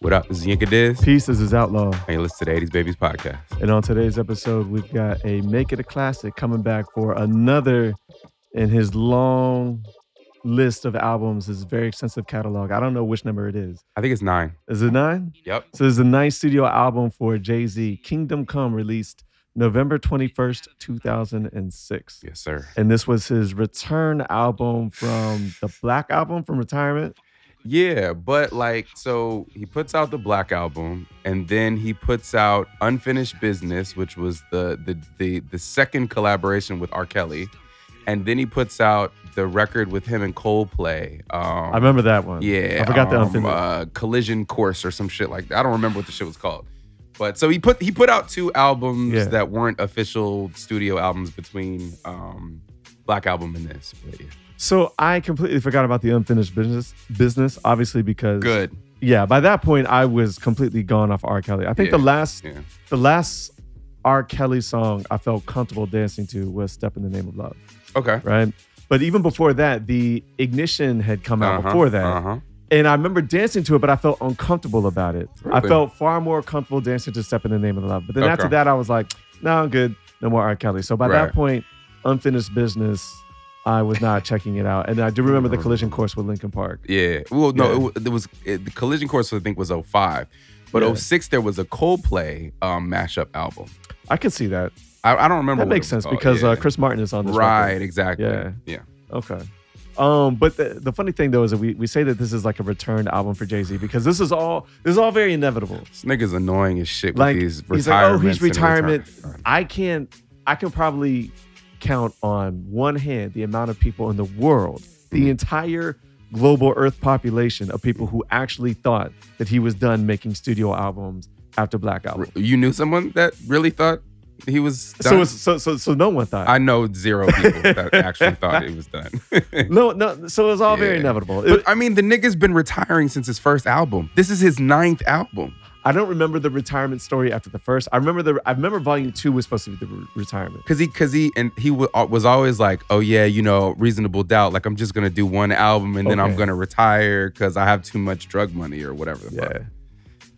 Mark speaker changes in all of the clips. Speaker 1: What This is Yinka Diz,
Speaker 2: Peace is his outlaw.
Speaker 1: and you listen to the 80s Babies podcast.
Speaker 2: And on today's episode, we've got a Make It a Classic coming back for another in his long list of albums, his very extensive catalog. I don't know which number it is.
Speaker 1: I think it's nine.
Speaker 2: Is it nine?
Speaker 1: Yep.
Speaker 2: So this is a nice studio album for Jay Z, Kingdom Come, released November 21st, 2006.
Speaker 1: Yes, sir.
Speaker 2: And this was his return album from the Black album from retirement.
Speaker 1: Yeah, but like, so he puts out the Black album, and then he puts out Unfinished Business, which was the the the, the second collaboration with R. Kelly, and then he puts out the record with him and Coldplay. Um,
Speaker 2: I remember that one.
Speaker 1: Yeah,
Speaker 2: I forgot the
Speaker 1: um,
Speaker 2: unfinished.
Speaker 1: uh, collision course or some shit like that. I don't remember what the shit was called. But so he put he put out two albums
Speaker 2: Yeah.
Speaker 1: that weren't official studio albums between um, Black Album and this. But yeah.
Speaker 2: so I completely forgot about the unfinished business business, obviously because
Speaker 1: Good.
Speaker 2: yeah, by that point I was completely gone off R. Kelly. I think the
Speaker 1: Yeah,
Speaker 2: last
Speaker 1: Yeah.
Speaker 2: the last R. Kelly song I felt comfortable dancing to was Step in the Name of Love.
Speaker 1: Okay.
Speaker 2: Right. But even before that, the ignition had come out
Speaker 1: Uh-huh,
Speaker 2: before that.
Speaker 1: Uh-huh.
Speaker 2: And I remember dancing to it, but I felt uncomfortable about it. I
Speaker 1: Really?
Speaker 2: felt far more comfortable dancing to Step in the Name of Love. But then after
Speaker 1: Okay.
Speaker 2: that, I was like, no, I'm good. No more R. Kelly. So by that
Speaker 1: Right.
Speaker 2: point, unfinished business, I was not checking it out. And I do remember
Speaker 1: Mm-hmm.
Speaker 2: the collision course with Lincoln Park.
Speaker 1: Yeah. Well, no,
Speaker 2: Yeah.
Speaker 1: it wa- there was it, the collision course. I think was 05. but
Speaker 2: Yeah.
Speaker 1: 06 there was a Coldplay um, mashup album.
Speaker 2: I could see that.
Speaker 1: I, I don't remember.
Speaker 2: That
Speaker 1: what it
Speaker 2: makes
Speaker 1: was
Speaker 2: sense
Speaker 1: called.
Speaker 2: because
Speaker 1: Yeah.
Speaker 2: uh, Chris Martin is on this.
Speaker 1: right,
Speaker 2: record.
Speaker 1: exactly.
Speaker 2: Yeah.
Speaker 1: yeah.
Speaker 2: Okay. Um, but the, the funny thing though is that we, we say that this is like a return album for Jay Z because this is all this is all very inevitable.
Speaker 1: This nigga's annoying as shit with
Speaker 2: Like
Speaker 1: these
Speaker 2: he's like, oh,
Speaker 1: retirements.
Speaker 2: he's
Speaker 1: and
Speaker 2: retirement.
Speaker 1: retirement.
Speaker 2: I can't. I can probably count on one hand the amount of people in the world,
Speaker 1: Mm-hmm.
Speaker 2: the entire global Earth population of people who actually thought that he was done making studio albums after Black Album.
Speaker 1: You knew someone that really thought he was done.
Speaker 2: So, it's, so, so, so no one thought.
Speaker 1: I know zero people that actually thought it was done.
Speaker 2: no, no. So it was all very
Speaker 1: Yeah.
Speaker 2: inevitable. It-
Speaker 1: but I mean, the nigga's been retiring since his first album. This is his ninth album.
Speaker 2: I don't remember the retirement story after the first. I remember the. I remember Volume Two was supposed to be the re- retirement.
Speaker 1: Cause he, cause he, and he wa- uh, was always like, "Oh yeah, you know, reasonable doubt. Like I'm just gonna do one album and then I'm
Speaker 2: Okay.
Speaker 1: gonna retire because I have too much drug money or whatever." The Fuck.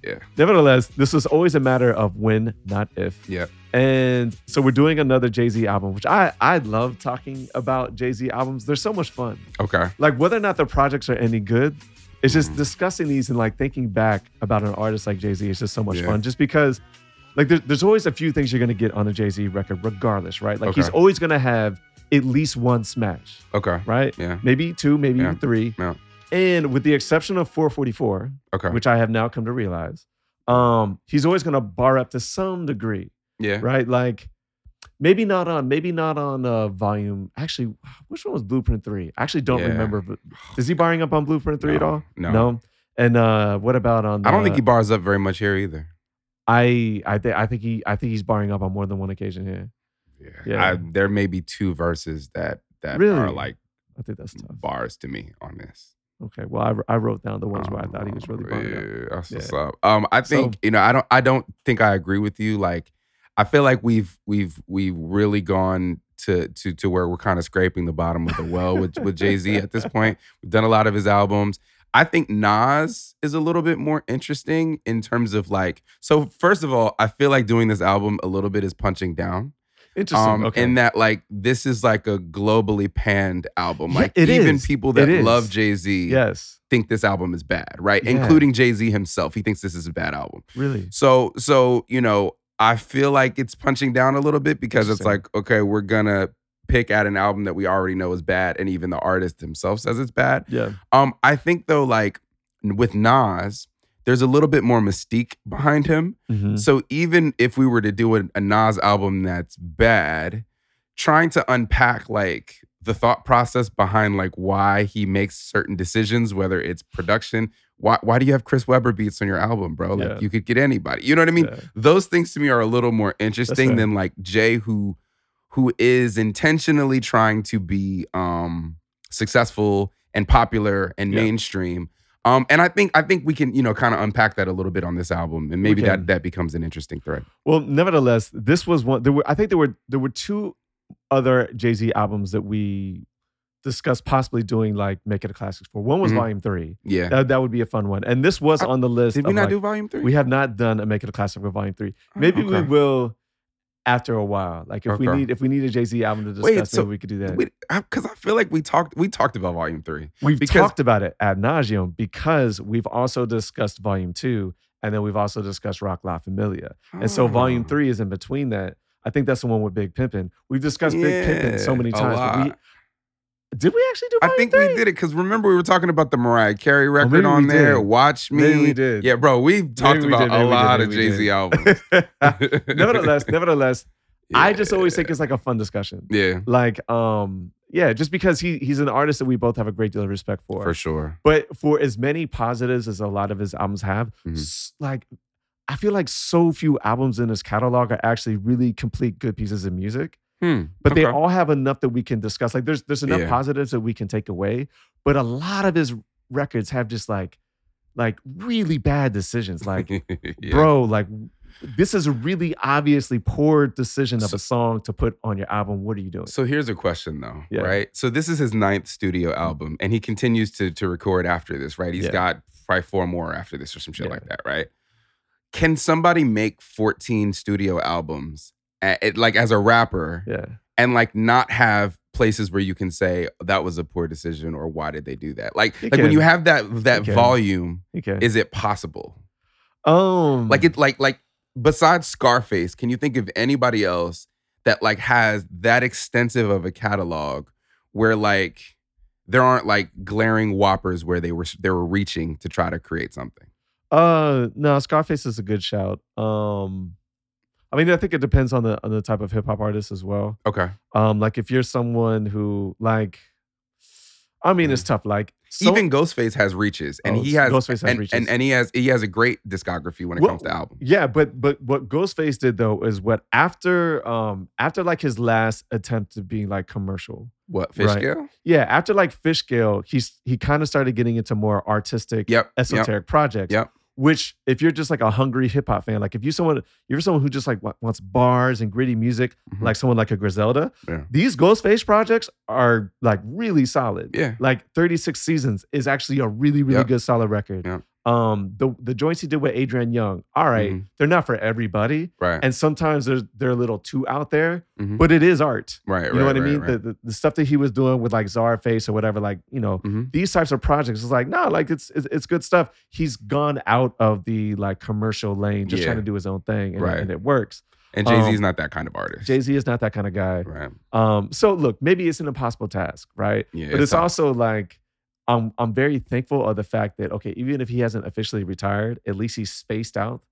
Speaker 1: Yeah.
Speaker 2: Nevertheless, this was always a matter of when, not if.
Speaker 1: Yeah.
Speaker 2: And so we're doing another Jay Z album, which I I love talking about Jay Z albums. They're so much fun.
Speaker 1: Okay.
Speaker 2: Like whether or not the projects are any good, it's just
Speaker 1: Mm-hmm.
Speaker 2: discussing these and like thinking back about an artist like Jay Z is just so much
Speaker 1: Yeah.
Speaker 2: fun. Just because, like, there, there's always a few things you're gonna get on a Jay Z record, regardless, right? Like he's
Speaker 1: Okay.
Speaker 2: always gonna have at least one smash,
Speaker 1: Okay.
Speaker 2: right?
Speaker 1: Yeah.
Speaker 2: Maybe two, maybe
Speaker 1: Yeah.
Speaker 2: even three.
Speaker 1: Yeah.
Speaker 2: And with the exception of 444,
Speaker 1: Okay.
Speaker 2: which I have now come to realize, um, he's always gonna bar up to some degree
Speaker 1: yeah.
Speaker 2: right? Like maybe not on, maybe not on uh, volume. Actually, which one was Blueprint Three? I actually don't
Speaker 1: Yeah.
Speaker 2: remember. But is he barring up on Blueprint Three at
Speaker 1: No,
Speaker 2: all?
Speaker 1: no.
Speaker 2: And uh, what about on?
Speaker 1: I don't think
Speaker 2: uh,
Speaker 1: he bars up very much here either.
Speaker 2: I I think I think he I think he's barring up on more than one occasion here.
Speaker 1: Yeah.
Speaker 2: Yeah.
Speaker 1: I, there may be two verses that that
Speaker 2: Really?
Speaker 1: are like
Speaker 2: I think that's tough.
Speaker 1: bars to me on this. Um,
Speaker 2: Okay, well I, wr- I wrote down the ones where I thought he was really barring
Speaker 1: oh,
Speaker 2: up.
Speaker 1: Yeah, that's what's
Speaker 2: Yeah.
Speaker 1: up. Um, I
Speaker 2: So-
Speaker 1: think you know, I don't, I don't think I agree with you. Like, I feel like we've, we've, we've really gone to, to, to where we're kind of scraping the bottom of the well with, with Jay Z at this point. We've done a lot of his albums. I think Nas is a little bit more interesting in terms of like. So first of all, I feel like doing this album a little bit is punching down.
Speaker 2: Interesting.
Speaker 1: Um,
Speaker 2: okay.
Speaker 1: In that, like, this is like a globally panned album.
Speaker 2: Yeah,
Speaker 1: Like,
Speaker 2: it
Speaker 1: even
Speaker 2: is.
Speaker 1: people
Speaker 2: It
Speaker 1: that
Speaker 2: is.
Speaker 1: love Jay Z
Speaker 2: yes.
Speaker 1: think this album is bad, right?
Speaker 2: Yeah.
Speaker 1: Including Jay Z himself. He thinks this is a bad album.
Speaker 2: Really.
Speaker 1: So, so you know, I feel like it's punching down a little bit because it's
Speaker 2: Interesting.
Speaker 1: like, okay, we're gonna pick at an album that we already know is bad, and even the artist himself says it's bad.
Speaker 2: Yeah.
Speaker 1: Um, I think though, like with Nas, there's a little bit more mystique behind him.
Speaker 2: Mhm.
Speaker 1: So even if we were to do a, a Nas album that's bad, trying to unpack like the thought process behind like why he makes certain decisions, whether it's production, why why do you have Chris Webber beats on your album, bro? Like
Speaker 2: Yeah.
Speaker 1: you could get anybody. You know what I mean?
Speaker 2: Yeah.
Speaker 1: Those things to me are a little more interesting
Speaker 2: fair.
Speaker 1: than like Jay who who is intentionally trying to be um successful and popular and
Speaker 2: Yeah.
Speaker 1: mainstream. Um, and I think I think we can you know kind of unpack that a little bit on this album, and maybe
Speaker 2: can.
Speaker 1: that that becomes an interesting thread.
Speaker 2: Well, nevertheless, this was one. There were, I think, there were there were two other Jay Z albums that we discussed possibly doing like Make It a Classics for. One was
Speaker 1: Mhm.
Speaker 2: Volume Three.
Speaker 1: Yeah.
Speaker 2: That, that would be a fun one. And this was
Speaker 1: I-
Speaker 2: on the list.
Speaker 1: Oh, Did we
Speaker 2: of,
Speaker 1: not
Speaker 2: like,
Speaker 1: do volume three?
Speaker 2: We have not done a Make It a Classic for Volume Three.
Speaker 1: Oh,
Speaker 2: Maybe we
Speaker 1: okay.
Speaker 2: will after a while. Like if we
Speaker 1: Okay.
Speaker 2: need if we need a Jay Z album to discuss,
Speaker 1: Wait, so
Speaker 2: maybe we could do that.
Speaker 1: Because I, feel like we talked. We talked about volume three.
Speaker 2: We've
Speaker 1: Because-
Speaker 2: talked about it ad nauseum because we've also discussed Volume Two, and then we've also discussed Rock La Familia, and so Volume
Speaker 1: Oh.
Speaker 2: Three is in between that. I think that's the one with Big Pimpin. We've discussed Big Pimpin so
Speaker 1: Yeah,
Speaker 2: many
Speaker 1: a
Speaker 2: times. but we-
Speaker 1: lot.
Speaker 2: did we actually do?
Speaker 1: I
Speaker 2: Volume
Speaker 1: think
Speaker 2: three? Oh,
Speaker 1: we did it because remember we were talking about the Mariah Carey
Speaker 2: maybe
Speaker 1: record
Speaker 2: we
Speaker 1: on there.
Speaker 2: did.
Speaker 1: Watch me.
Speaker 2: Maybe we did.
Speaker 1: Yeah, bro, we've talked
Speaker 2: we
Speaker 1: about
Speaker 2: did, maybe
Speaker 1: a
Speaker 2: we did,
Speaker 1: lot of
Speaker 2: maybe we
Speaker 1: Jay Z
Speaker 2: did.
Speaker 1: albums.
Speaker 2: nevertheless, nevertheless, I just always think it's like a fun discussion.
Speaker 1: yeah,
Speaker 2: Like, um, yeah, just because he he's an artist that we both have a great deal of respect for.
Speaker 1: for sure.
Speaker 2: But for as many positives as a lot of his albums have,
Speaker 1: Mhm.
Speaker 2: s- like I feel like so few albums in his catalog are actually really complete good pieces of music.
Speaker 1: Hmm.
Speaker 2: But they
Speaker 1: okay.
Speaker 2: all have enough that we can discuss. Like there's there's enough
Speaker 1: Yeah.
Speaker 2: positives that we can take away. But a lot of his records have just like like really bad decisions. Like
Speaker 1: Yeah.
Speaker 2: bro, like this is a really obviously poor decision of
Speaker 1: So-
Speaker 2: a song to put on your album. What are you doing?
Speaker 1: So here's a question though,
Speaker 2: Yeah. Mm-hmm.
Speaker 1: right? So this is his ninth studio album, and he continues to to record after this, right? He's
Speaker 2: Yeah.
Speaker 1: got probably four more after this or some shit
Speaker 2: Yeah.
Speaker 1: like that, right? Can somebody make 14 studio albums, a- it, like as a rapper,
Speaker 2: yeah,
Speaker 1: and like not have places where you can say that was a poor decision or why did they do that? Like,
Speaker 2: You
Speaker 1: like when you
Speaker 2: can.
Speaker 1: have that that
Speaker 2: can.
Speaker 1: volume,
Speaker 2: okay.
Speaker 1: is it possible?
Speaker 2: um,
Speaker 1: Like it like like besides Scarface, can you think of anybody else that like has that extensive of a catalog where like there aren't like glaring whoppers where they were they were reaching to try to create something.
Speaker 2: Uh, no, Scarface is a good shout. Um, I mean, I think it depends on the on the type of hip hop artist as well.
Speaker 1: Okay.
Speaker 2: Um, like if you're someone who like, I mean, it's tough. Like so-
Speaker 1: Mm. Even Ghostface has reaches and
Speaker 2: Oh,
Speaker 1: he has,
Speaker 2: Ghostface has
Speaker 1: and,
Speaker 2: reaches.
Speaker 1: and and he has he has a great discography when it
Speaker 2: Well,
Speaker 1: comes to albums.
Speaker 2: yeah, but but what Ghostface did though is what after um after like his last attempt at being like commercial.
Speaker 1: What fish
Speaker 2: right.
Speaker 1: scale?
Speaker 2: Yeah, after like Fish Scale, he's he kind of started getting into more artistic
Speaker 1: Yep. yep.
Speaker 2: esoteric projects.
Speaker 1: Yep.
Speaker 2: Which, if you're just like a hungry hip hop fan, like if you someone, if you're someone who just like wa- wants bars and gritty music,
Speaker 1: Mhm.
Speaker 2: like someone like a Griselda,
Speaker 1: Yeah.
Speaker 2: these Ghostface projects are like really solid.
Speaker 1: Yeah.
Speaker 2: Like 36 Seasons is actually a really, really
Speaker 1: Yep.
Speaker 2: good solid record.
Speaker 1: Yep.
Speaker 2: Um, the the joints he did with Adrian Young, all right,
Speaker 1: Mhm.
Speaker 2: they're not for everybody,
Speaker 1: Right.
Speaker 2: and sometimes they're they're a little too out there,
Speaker 1: Mhm.
Speaker 2: but it is art.
Speaker 1: right.
Speaker 2: You know
Speaker 1: right,
Speaker 2: what I
Speaker 1: right,
Speaker 2: mean?
Speaker 1: right.
Speaker 2: The, the the stuff that he was doing with like Czar Face or whatever, like you know,
Speaker 1: Mhm.
Speaker 2: these types of projects is like no like it's, it's it's good stuff he's gone out of the like commercial lane just
Speaker 1: Yeah.
Speaker 2: trying to do his own thing and,
Speaker 1: Right.
Speaker 2: and it works
Speaker 1: And Jay Z
Speaker 2: um,
Speaker 1: is not that kind of artist.
Speaker 2: jay-z is not that kind of guy
Speaker 1: right.
Speaker 2: um so look maybe it's an impossible task right
Speaker 1: Yeah.
Speaker 2: but it's
Speaker 1: tough.
Speaker 2: also like I'm, I'm very thankful of the fact that okay even if he hasn't officially retired at least he's spaced out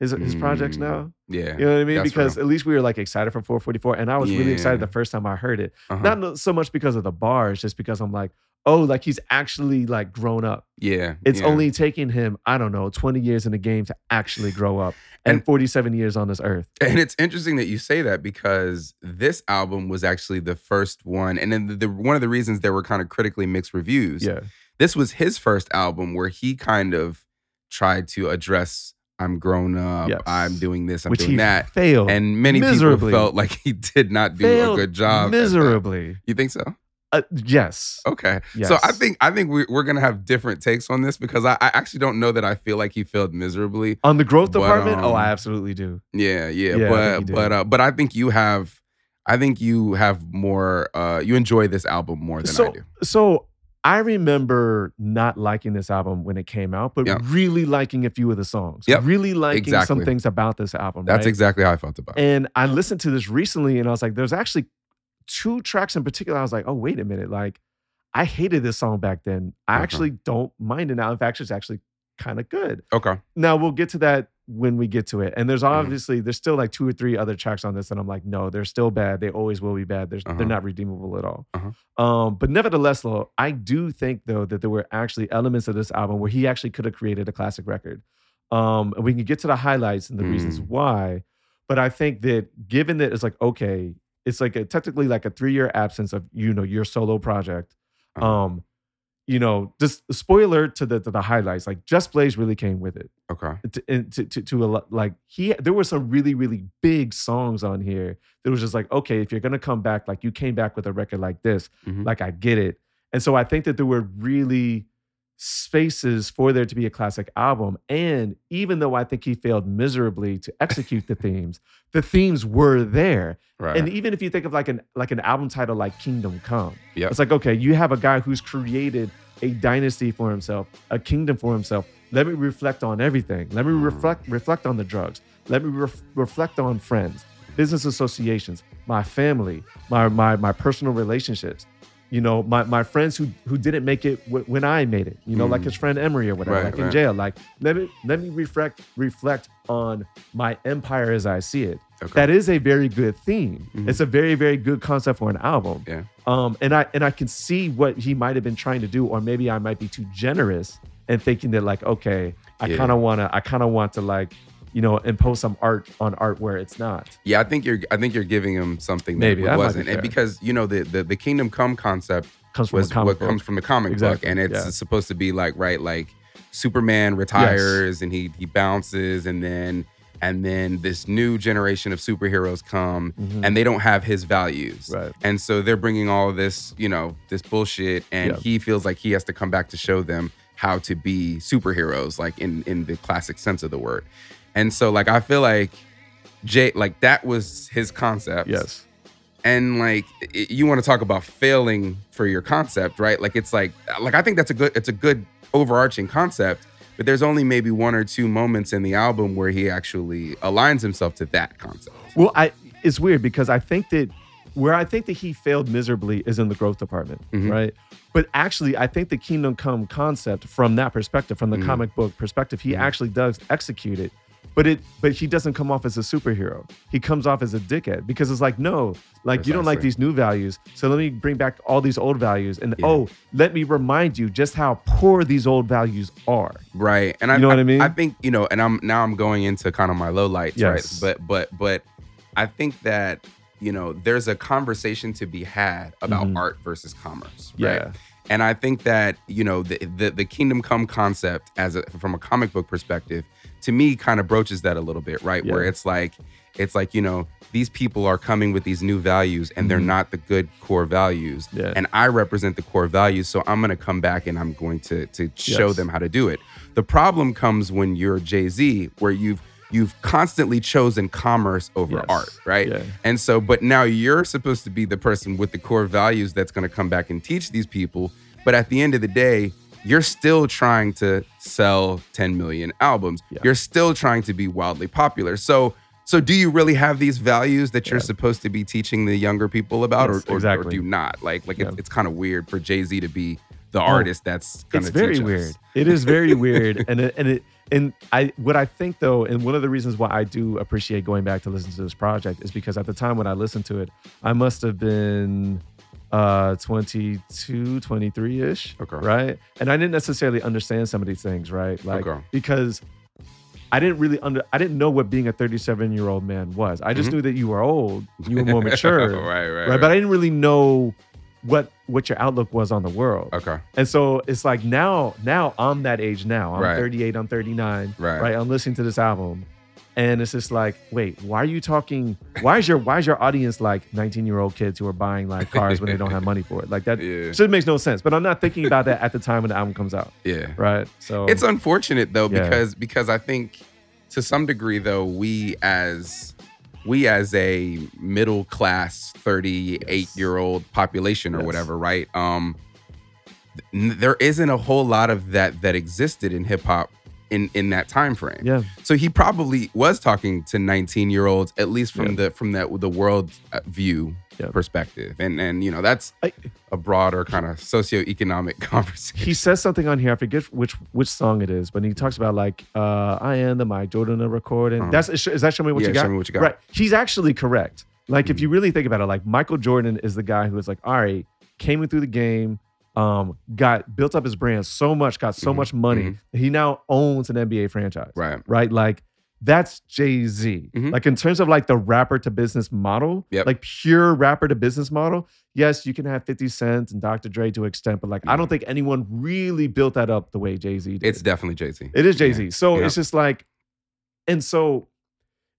Speaker 2: his, his projects
Speaker 1: Mm,
Speaker 2: now
Speaker 1: Yeah.
Speaker 2: you know what i mean
Speaker 1: that's
Speaker 2: because
Speaker 1: real.
Speaker 2: at least we were like excited for 444 and i was really excited
Speaker 1: Yeah.
Speaker 2: the first time i heard it
Speaker 1: uh-huh.
Speaker 2: not no- so much because of the bars just because i'm like oh like he's actually like grown up
Speaker 1: yeah.
Speaker 2: It's
Speaker 1: yeah.
Speaker 2: only taking him, I don't know, 20 years in the game to actually grow up and,
Speaker 1: And-
Speaker 2: 47 years on this earth.
Speaker 1: And it's interesting that you say that because this album was actually the first one, and then the, the one of the reasons there were kind of critically mixed reviews.
Speaker 2: Yeah.
Speaker 1: This was his first album where he kind of tried to address, "I'm grown up,
Speaker 2: Yes.
Speaker 1: I'm doing this, I'm
Speaker 2: Which
Speaker 1: doing
Speaker 2: he
Speaker 1: that,"
Speaker 2: failed.
Speaker 1: and many
Speaker 2: miserably.
Speaker 1: people felt like he did not do
Speaker 2: failed
Speaker 1: a good job. at that.
Speaker 2: Miserably.
Speaker 1: You think so?
Speaker 2: Uh, yes.
Speaker 1: Okay.
Speaker 2: yes.
Speaker 1: So I think I think we, we're gonna have different takes on this because I, I actually don't know that I feel like he failed miserably.
Speaker 2: On the growth
Speaker 1: But,
Speaker 2: department, oh, I
Speaker 1: um,
Speaker 2: absolutely do.
Speaker 1: Yeah, yeah,
Speaker 2: Yeah, I think
Speaker 1: but
Speaker 2: he
Speaker 1: but
Speaker 2: did.
Speaker 1: uh, but I think you have, I think you have more. Uh, you enjoy this album more than I
Speaker 2: So-
Speaker 1: do.
Speaker 2: So I remember not liking this album when it came out, but
Speaker 1: Yeah.
Speaker 2: really liking a few of the songs.
Speaker 1: Yep.
Speaker 2: Really liking some
Speaker 1: Exactly.
Speaker 2: things about this album.
Speaker 1: That's
Speaker 2: right?
Speaker 1: exactly how I felt about it.
Speaker 2: And I listened to this recently and I was like, there's actually two tracks in particular. I was like, oh, wait a minute. Like, I hated this song back then. I
Speaker 1: Okay.
Speaker 2: actually don't mind it now. In fact, it's actually kind of good.
Speaker 1: Okay,
Speaker 2: Now we'll get to that when we get to it. And there's
Speaker 1: Mhm.
Speaker 2: obviously there's still like two or three other tracks on this, and I'm like, no, they're still bad. They always will be bad. They're
Speaker 1: Uh-huh.
Speaker 2: they're not redeemable at all.
Speaker 1: Uh-huh.
Speaker 2: Um, but nevertheless, though, I do think though that there were actually elements of this album where he actually could have created a classic record. Um, and we can get to the highlights and the reasons
Speaker 1: Mm.
Speaker 2: why. But I think that given that it's like okay, it's like a, technically like a three year absence of you know your solo project.
Speaker 1: Uh-huh.
Speaker 2: Um, you know, just spoiler to the to the highlights. Like Just Blaze really came with it.
Speaker 1: Okay.
Speaker 2: To, and to, to, to a lot, like he, there were some really really big songs on here. That was just like, okay, if you're gonna come back, like you came back with a record like this,
Speaker 1: Mhm.
Speaker 2: like I get it. And so I think that there were really spaces for there to be a classic album. And even though I think he failed miserably to execute the themes, the themes were there.
Speaker 1: Right.
Speaker 2: And even if you think of like an like an album title like Kingdom Come,
Speaker 1: Yep.
Speaker 2: it's like okay, you have a guy who's created a dynasty for himself, a kingdom for himself. Let me reflect on everything. Let
Speaker 1: Mm.
Speaker 2: me reflect reflect on the drugs. Let me ref, reflect on friends, business associations, my family, my my my personal relationships. You know, my, my friends who who didn't make it w- when I made it. You know, like his friend Emery or whatever,
Speaker 1: Mm. Right,
Speaker 2: like in
Speaker 1: right.
Speaker 2: jail. Like let me let me reflect reflect on my empire as I see it
Speaker 1: okay.
Speaker 2: that is a very good theme.
Speaker 1: Mhm.
Speaker 2: It's a very very good concept for an album.
Speaker 1: Yeah.
Speaker 2: Um, and I and I can see what he might have been trying to do, or maybe I might be too generous and thinking that like, okay, I
Speaker 1: Yeah.
Speaker 2: kind of wanna, I kind of want to like, you know, impose some art on art where it's not.
Speaker 1: Yeah, I think you're. I think you're giving him something
Speaker 2: Maybe,
Speaker 1: that
Speaker 2: that might be
Speaker 1: wasn't, and
Speaker 2: fair.
Speaker 1: because you know the, the the Kingdom Come concept
Speaker 2: Comes from a
Speaker 1: was
Speaker 2: comic
Speaker 1: what
Speaker 2: book.
Speaker 1: comes from the comic
Speaker 2: Exactly,
Speaker 1: book, and it's
Speaker 2: yeah.
Speaker 1: supposed to be like right, like Superman retires and he he bounces, and then and then this new generation of superheroes come,
Speaker 2: Mhm.
Speaker 1: and they don't have his values,
Speaker 2: Right.
Speaker 1: and so they're bringing all this you know this bullshit, and
Speaker 2: Yeah.
Speaker 1: he feels like he has to come back to show them how to be superheroes, like in in the classic sense of the word, and so like I feel like. Jay, like that was his concept.
Speaker 2: Yes.
Speaker 1: And like i you want to talk about failing for your concept, right? Like it's like like I think that's a good it's a good overarching concept, but there's only maybe one or two moments in the album where he actually aligns himself to that concept.
Speaker 2: Well, I it's weird because I think that where I think that he failed miserably is in the growth department,
Speaker 1: Mhm.
Speaker 2: right? But actually, I think the Kingdom Come concept from that perspective, from the
Speaker 1: Mhm.
Speaker 2: comic book perspective, he
Speaker 1: Mhm.
Speaker 2: actually does execute it. But it but he doesn't come off as a superhero. He comes off as a dickhead because it's like, no, like you don't like
Speaker 1: Precisely.
Speaker 2: these new values. So let me bring back all these old values and
Speaker 1: Yeah.
Speaker 2: oh, let me remind you just how poor these old values are.
Speaker 1: Right. And I
Speaker 2: You know what I mean?
Speaker 1: I think, you know, and I'm now I'm going into kind of my low lights,
Speaker 2: Yes.
Speaker 1: right? But but but I think that, you know, there's a conversation to be had about
Speaker 2: Mhm.
Speaker 1: art versus commerce. Right.
Speaker 2: Yeah.
Speaker 1: And I think that you know the the, the Kingdom Come concept, as a, from a comic book perspective, to me kind of broaches that a little bit, right? Where
Speaker 2: Yeah.
Speaker 1: it's like it's like you know these people are coming with these new values, and they're
Speaker 2: Mhm.
Speaker 1: not the good core values.
Speaker 2: Yeah.
Speaker 1: And I represent the core values, so I'm going to come back and I'm going to to show
Speaker 2: Yes.
Speaker 1: them how to do it. The problem comes when you're Jay Z, where you've you've constantly chosen commerce over
Speaker 2: Yes.
Speaker 1: art, right?
Speaker 2: Yeah.
Speaker 1: And so, but now you're supposed to be the person with the core values that's going to come back and teach these people. But at the end of the day, you're still trying to sell 10 million albums.
Speaker 2: Yeah.
Speaker 1: You're still trying to be wildly popular. So, so do you really have these values that you're
Speaker 2: Yeah.
Speaker 1: supposed to be teaching the younger people about,
Speaker 2: Yes,
Speaker 1: or, or, or
Speaker 2: exactly.
Speaker 1: do you not? Like, like it's,
Speaker 2: Yeah. Oh,
Speaker 1: it's kind of weird for Jay Z to be the artist that's going
Speaker 2: it's
Speaker 1: to teach
Speaker 2: very
Speaker 1: us.
Speaker 2: weird it is very weird and it, and it and i what i think though and one of the reasons why i do appreciate going back to listen to this project is because at the time when i listened to it i must have been uh 22 23 ish
Speaker 1: Okay.
Speaker 2: right and i didn't necessarily understand some of these things right like
Speaker 1: Okay.
Speaker 2: because I didn't really under I didn't know what being a 37 year old man was. I just
Speaker 1: Mhm.
Speaker 2: knew that you were old, you were more mature, right,
Speaker 1: right, right,
Speaker 2: But I didn't really know what what your outlook was on the world.
Speaker 1: okay,
Speaker 2: And so it's like now, now I'm that age now. I'm
Speaker 1: Right.
Speaker 2: 38, I'm 39.
Speaker 1: Right.
Speaker 2: I'm listening to this album. And it's just like, wait, why are you talking? Why is your why is your audience like 19 year old kids who are buying like cars when they don't have money for it? Like that
Speaker 1: Yeah.
Speaker 2: should makes no sense. But I'm not thinking about that at the time when the album comes out.
Speaker 1: yeah.
Speaker 2: Right. So
Speaker 1: it's unfortunate though
Speaker 2: Yeah.
Speaker 1: because because i think to some degree though we as we as a middle class 38
Speaker 2: Yes.
Speaker 1: year old population or
Speaker 2: Yes.
Speaker 1: whatever right um n- there isn't a whole lot of that that existed in hip hop in in that time frame
Speaker 2: yeah.
Speaker 1: so he probably was talking to 19 year olds at least from the from that the world uh, view
Speaker 2: Yeah.
Speaker 1: perspective and and you know that's
Speaker 2: I-
Speaker 1: a broader kind of socioeconomic conversation
Speaker 2: He says something on here. I forget which which song it is, but he talks about like uh, I am the Mike Jordan of recording.
Speaker 1: Uh-huh.
Speaker 2: That's is that show me what
Speaker 1: yeah
Speaker 2: you got?
Speaker 1: show me what you got
Speaker 2: Right. He's actually correct. Like if you really think about it, like Michael Jordan is the guy who is like, all right, came in through the game, um, got built up his brand so much, got so
Speaker 1: Mhm.
Speaker 2: much money.
Speaker 1: Mhm.
Speaker 2: He now owns an NBA franchise.
Speaker 1: right
Speaker 2: Right. Like That's Jay Z.
Speaker 1: Mhm.
Speaker 2: Like in terms of like the rapper to business model,
Speaker 1: Yep.
Speaker 2: like pure rapper to business model. Yes, you can have 50 Cent and Dr. Dre to an extent, but like I don't think anyone really built that up the way Jay Z did.
Speaker 1: Mm-hmm. It's definitely Jay Z.
Speaker 2: It is Jay Z. So
Speaker 1: Yeah.
Speaker 2: it's just like, and so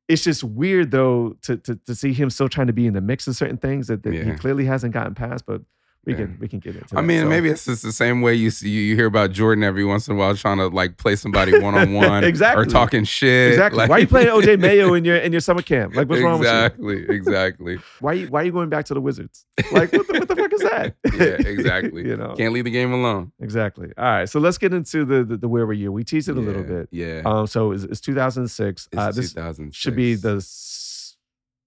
Speaker 2: it's just weird though to, to to see him still trying to be in the mix of certain things that, that he
Speaker 1: Yeah.
Speaker 2: clearly hasn't gotten past. But we
Speaker 1: Yeah.
Speaker 2: can we can get into.
Speaker 1: I
Speaker 2: that.
Speaker 1: mean,
Speaker 2: So-
Speaker 1: maybe it's just the same way you see you, you hear about Jordan every once in a while trying to like play somebody one on one,
Speaker 2: Exactly.
Speaker 1: or talking shit.
Speaker 2: exactly.
Speaker 1: like-
Speaker 2: why are you playing OJ Mayo in your in your summer camp? Like, what's wrong with you?
Speaker 1: exactly, exactly.
Speaker 2: Why you why are you going back to the Wizards? Like, what the, what the fuck is that?
Speaker 1: Yeah, exactly.
Speaker 2: you know
Speaker 1: Can't leave the game alone.
Speaker 2: exactly. All right, so let's get into the the, the where were you? We teased it a little
Speaker 1: Yeah,
Speaker 2: bit.
Speaker 1: Yeah.
Speaker 2: Um, so it's, it's 2006.
Speaker 1: It's
Speaker 2: Uh, this
Speaker 1: 2006.
Speaker 2: should be the. s-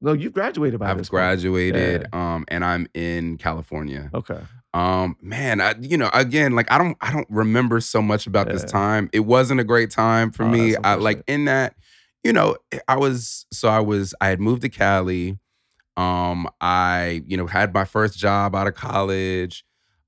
Speaker 2: No, you've graduated by
Speaker 1: I've
Speaker 2: this. point.
Speaker 1: graduated, um, and I'm in California.
Speaker 2: Okay.
Speaker 1: Um, man, I you know, again, like I don't I don't remember so much about this
Speaker 2: Yeah.
Speaker 1: time. It wasn't a great time for
Speaker 2: Oh,
Speaker 1: me.
Speaker 2: that's
Speaker 1: I like in that, you know, eh, I was so I was I had moved to Cali. Um, I, you know, had my first job out of college.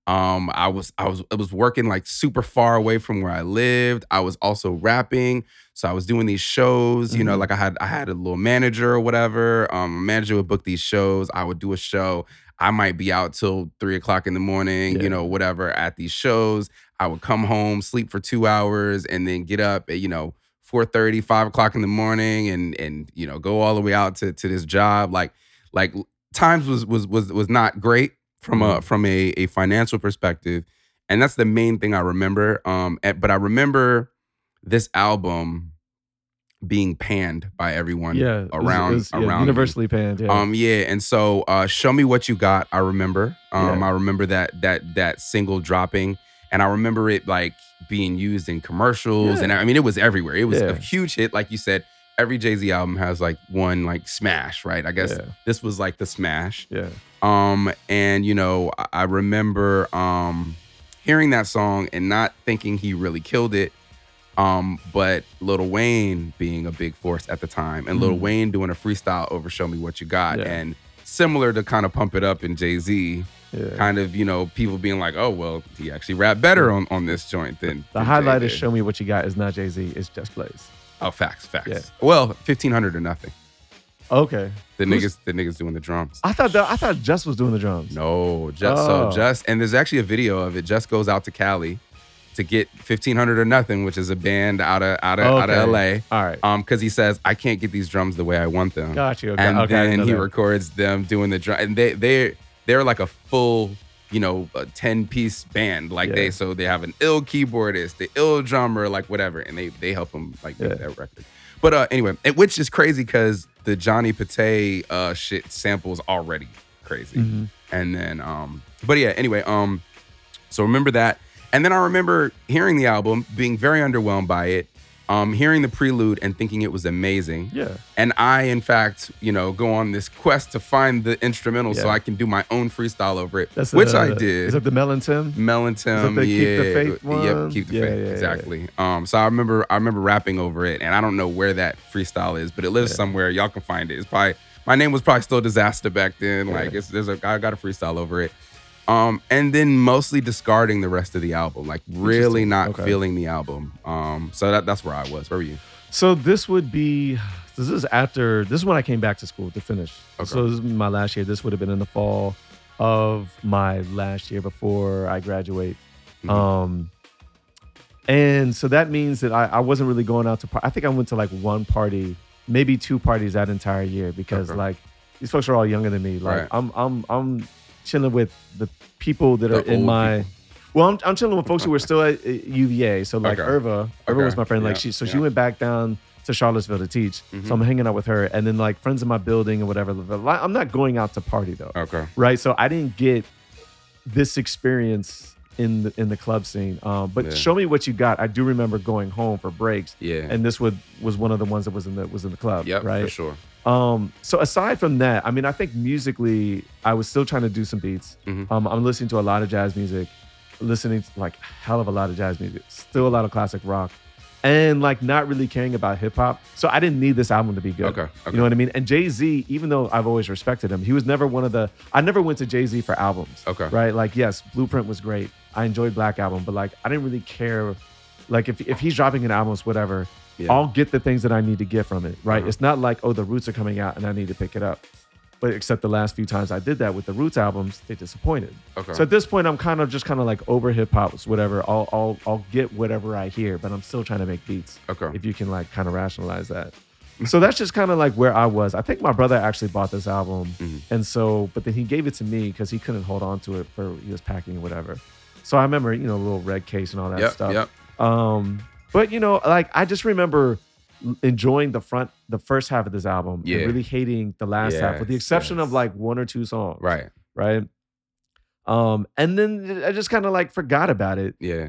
Speaker 1: Um, I was I was I was working like super far away from where I lived. I was also rapping. So I was doing these shows, you know,
Speaker 2: Mhm.
Speaker 1: like I had I had a little manager or whatever. Um, a manager would book these shows. I would do a show. I might be out till three o'clock in the morning,
Speaker 2: Yeah.
Speaker 1: you know, whatever at these shows. I would come home, sleep for two hours, and then get up at, you know, 4 5 o'clock in the morning and and you know, go all the way out to, to this job. Like, like times was was was was not great from
Speaker 2: Mm-hmm.
Speaker 1: a from a, a financial perspective. And that's the main thing I remember. Um, and- but I remember this album being panned by everyone
Speaker 2: yeah, it was- it
Speaker 1: around
Speaker 2: was, yeah,
Speaker 1: around me.
Speaker 2: universally panned. Yeah.
Speaker 1: Um, yeah, and so uh, show me what you got. I remember. Um,
Speaker 2: Yeah.
Speaker 1: I remember that that that single dropping, and I remember it like being used in commercials,
Speaker 2: Yeah.
Speaker 1: and I mean it was everywhere. It was
Speaker 2: Yeah.
Speaker 1: a huge hit, like you said. Every Jay Z album has like one like smash, right? I guess
Speaker 2: Yeah.
Speaker 1: this was like the smash.
Speaker 2: yeah.
Speaker 1: Um, and you know I, I remember um hearing that song and not thinking he really killed it. Um, but Lil Wayne being a big force at the time, and Lil
Speaker 2: Mhm.
Speaker 1: Wayne doing a freestyle over "Show Me What You Got,"
Speaker 2: Yeah.
Speaker 1: and similar to kind of "Pump It Up" and Jay Z,
Speaker 2: Yeah.
Speaker 1: kind of you know people being like, "Oh well, he actually rapped better on on this joint than."
Speaker 2: The
Speaker 1: than
Speaker 2: highlight
Speaker 1: Jay
Speaker 2: is
Speaker 1: did."
Speaker 2: "Show Me What You Got" is not Jay Z. It's Just Blaze.
Speaker 1: Oh, facts, facts.
Speaker 2: Yeah.
Speaker 1: Well, fifteen hundred or nothing.
Speaker 2: Okay.
Speaker 1: The
Speaker 2: Who's-
Speaker 1: niggas, the niggas doing the drums.
Speaker 2: I thought that, I thought Just was doing the drums.
Speaker 1: No, just
Speaker 2: Oh.
Speaker 1: so just and there's actually a video of it. Just goes out to Cali to get fifteen hundred or nothing, which is a band out of out of out of
Speaker 2: Okay.
Speaker 1: LA.
Speaker 2: All right.
Speaker 1: Um, because he says I can't get these drums the way I want them,
Speaker 2: Got you. Okay.
Speaker 1: and
Speaker 2: okay, I didn't
Speaker 1: then
Speaker 2: know
Speaker 1: he
Speaker 2: that.
Speaker 1: records them doing the drum, and they they they're like a full you know a ten piece band like
Speaker 2: Yeah.
Speaker 1: they so they have an ill keyboardist, the ill drummer, like whatever, and they they help him like make
Speaker 2: Yeah.
Speaker 1: that record. But uh, anyway, and which is crazy because the Johnny Pate uh shit samples already crazy
Speaker 2: Mhm.
Speaker 1: and then um but yeah anyway um so remember that and then i remember hearing the album being very underwhelmed by it um hearing the prelude and thinking it was amazing
Speaker 2: Yeah.
Speaker 1: and i in fact you know go on this quest to find the instrumental so
Speaker 2: Yeah.
Speaker 1: i can do my own freestyle over it
Speaker 2: That's
Speaker 1: which
Speaker 2: the-
Speaker 1: i
Speaker 2: Is
Speaker 1: did
Speaker 2: that the Mel and Tim?
Speaker 1: Mel and
Speaker 2: that
Speaker 1: Tim,
Speaker 2: the Keep
Speaker 1: yeah,
Speaker 2: the Faith one?
Speaker 1: yep, keep the
Speaker 2: Yeah,
Speaker 1: faith,
Speaker 2: yeah, yeah.
Speaker 1: exactly. Um, so I remember, I remember rapping over it, and I don't know where that freestyle is, but it lives
Speaker 2: Yeah.
Speaker 1: somewhere. Y'all can find it. It's probably my name was probably still disaster back then.
Speaker 2: Yeah.
Speaker 1: Like it's, there's a I got a freestyle over it, um, and then mostly discarding the rest of the album, like really
Speaker 2: Interesting.
Speaker 1: not
Speaker 2: Okay.
Speaker 1: feeling the album. Um, so that, that's where I was. Where were you?
Speaker 2: So this would be this is after this is when I came back to school to finish.
Speaker 1: Okay.
Speaker 2: So this is my last year. This would have been in the fall of my last year before I graduate.
Speaker 1: Mhm.
Speaker 2: Um and so that means that I, I wasn't really going out to par- I think I went to like one party, maybe two parties that entire year because
Speaker 1: Okay.
Speaker 2: like these folks are all younger than me. Like
Speaker 1: Right.
Speaker 2: I'm I'm I'm chilling with the people that
Speaker 1: The
Speaker 2: are in
Speaker 1: old
Speaker 2: my well, I'm, I'm chilling with folks who were still at uh, UVA. So like
Speaker 1: Okay.
Speaker 2: Irva, Irva
Speaker 1: Okay.
Speaker 2: was my friend. Like
Speaker 1: Yeah,
Speaker 2: she, so she
Speaker 1: yeah.
Speaker 2: went back down to Charlottesville to teach.
Speaker 1: Mhm.
Speaker 2: So I'm hanging out with her, and then like friends in my building and whatever. But li- I'm not going out to party though,
Speaker 1: Okay,
Speaker 2: right? So I didn't get this experience in the in the club scene. Um, but
Speaker 1: Yeah.
Speaker 2: show me what you got. I do remember going home for breaks,
Speaker 1: yeah,
Speaker 2: and this would was one of the ones that was in the was in the club,
Speaker 1: yep,
Speaker 2: right?
Speaker 1: for sure.
Speaker 2: Um, so aside from that, I mean, I think musically, I was still trying to do some beats.
Speaker 1: Mhm.
Speaker 2: Um, I'm listening to a lot of jazz music, listening to like hell of a lot of jazz music, still a lot of classic rock, and like not really caring about hip hop. So I didn't need this album to be good.
Speaker 1: Okay, okay.
Speaker 2: You know what I mean? And Jay Z, even though I've always respected him, he was never one of the. I never went to Jay Z for albums.
Speaker 1: Okay.
Speaker 2: Right? Like, yes, Blueprint was great. I enjoyed Black Album, but like, I didn't really care Like if if he's dropping an album, it's whatever.
Speaker 1: Yeah.
Speaker 2: I'll get the things that I need to get from it. Right.
Speaker 1: Uh-huh.
Speaker 2: It's not like oh the Roots are coming out and I need to pick it up. But except the last few times I did that with the Roots albums, they disappointed.
Speaker 1: Okay.
Speaker 2: So at this point, I'm kind of just kind of like over hip hop, it's whatever. I'll I'll I'll get whatever I hear, but I'm still trying to make beats.
Speaker 1: okay.
Speaker 2: If you can like kind of rationalize that. So that's just kind of like where I was. I think my brother actually bought this album,
Speaker 1: Mhm.
Speaker 2: and so but then he gave it to me because he couldn't hold on to it for he was packing or whatever. So I remember you know little red case and all that
Speaker 1: Yep.
Speaker 2: stuff.
Speaker 1: Yep.
Speaker 2: Um, but you know, like I just remember enjoying the front, the first half of this album,
Speaker 1: Yeah.
Speaker 2: and really hating the last half, with the
Speaker 1: Yes,
Speaker 2: exception of
Speaker 1: yes.
Speaker 2: like one or two songs,
Speaker 1: Right.
Speaker 2: Right. Um, and then I just kind of like forgot about it,
Speaker 1: Yeah.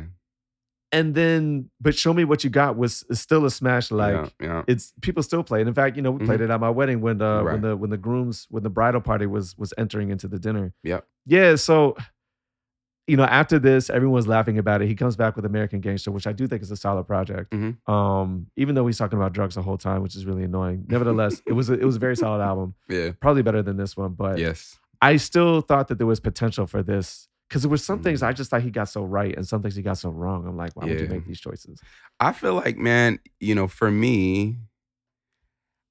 Speaker 2: and then but show me what you got was is still a smash. Like
Speaker 1: yeah. yeah.
Speaker 2: it's people still play, it. in fact, you know, we played it at my wedding when uh, when
Speaker 1: Mm-hmm. Right.
Speaker 2: the when the grooms when the bridal party was was entering into the dinner.
Speaker 1: Yep.
Speaker 2: Yeah. So, you know, after this, everyone's laughing about it. He comes back with American Gangster, which I do think is a solid project.
Speaker 1: Mhm.
Speaker 2: Um, even though he's talking about drugs the whole time, which is really annoying. Nevertheless, it was a, it was a very solid album,
Speaker 1: Yeah.
Speaker 2: probably better than this one. But
Speaker 1: Yes.
Speaker 2: I still thought that there was potential for this. Because there were some
Speaker 1: Mhm.
Speaker 2: things I just thought he got so right, and some things he got so wrong. I'm like, why would you
Speaker 1: Yeah.
Speaker 2: make these choices?
Speaker 1: I feel like, man, you know, for me,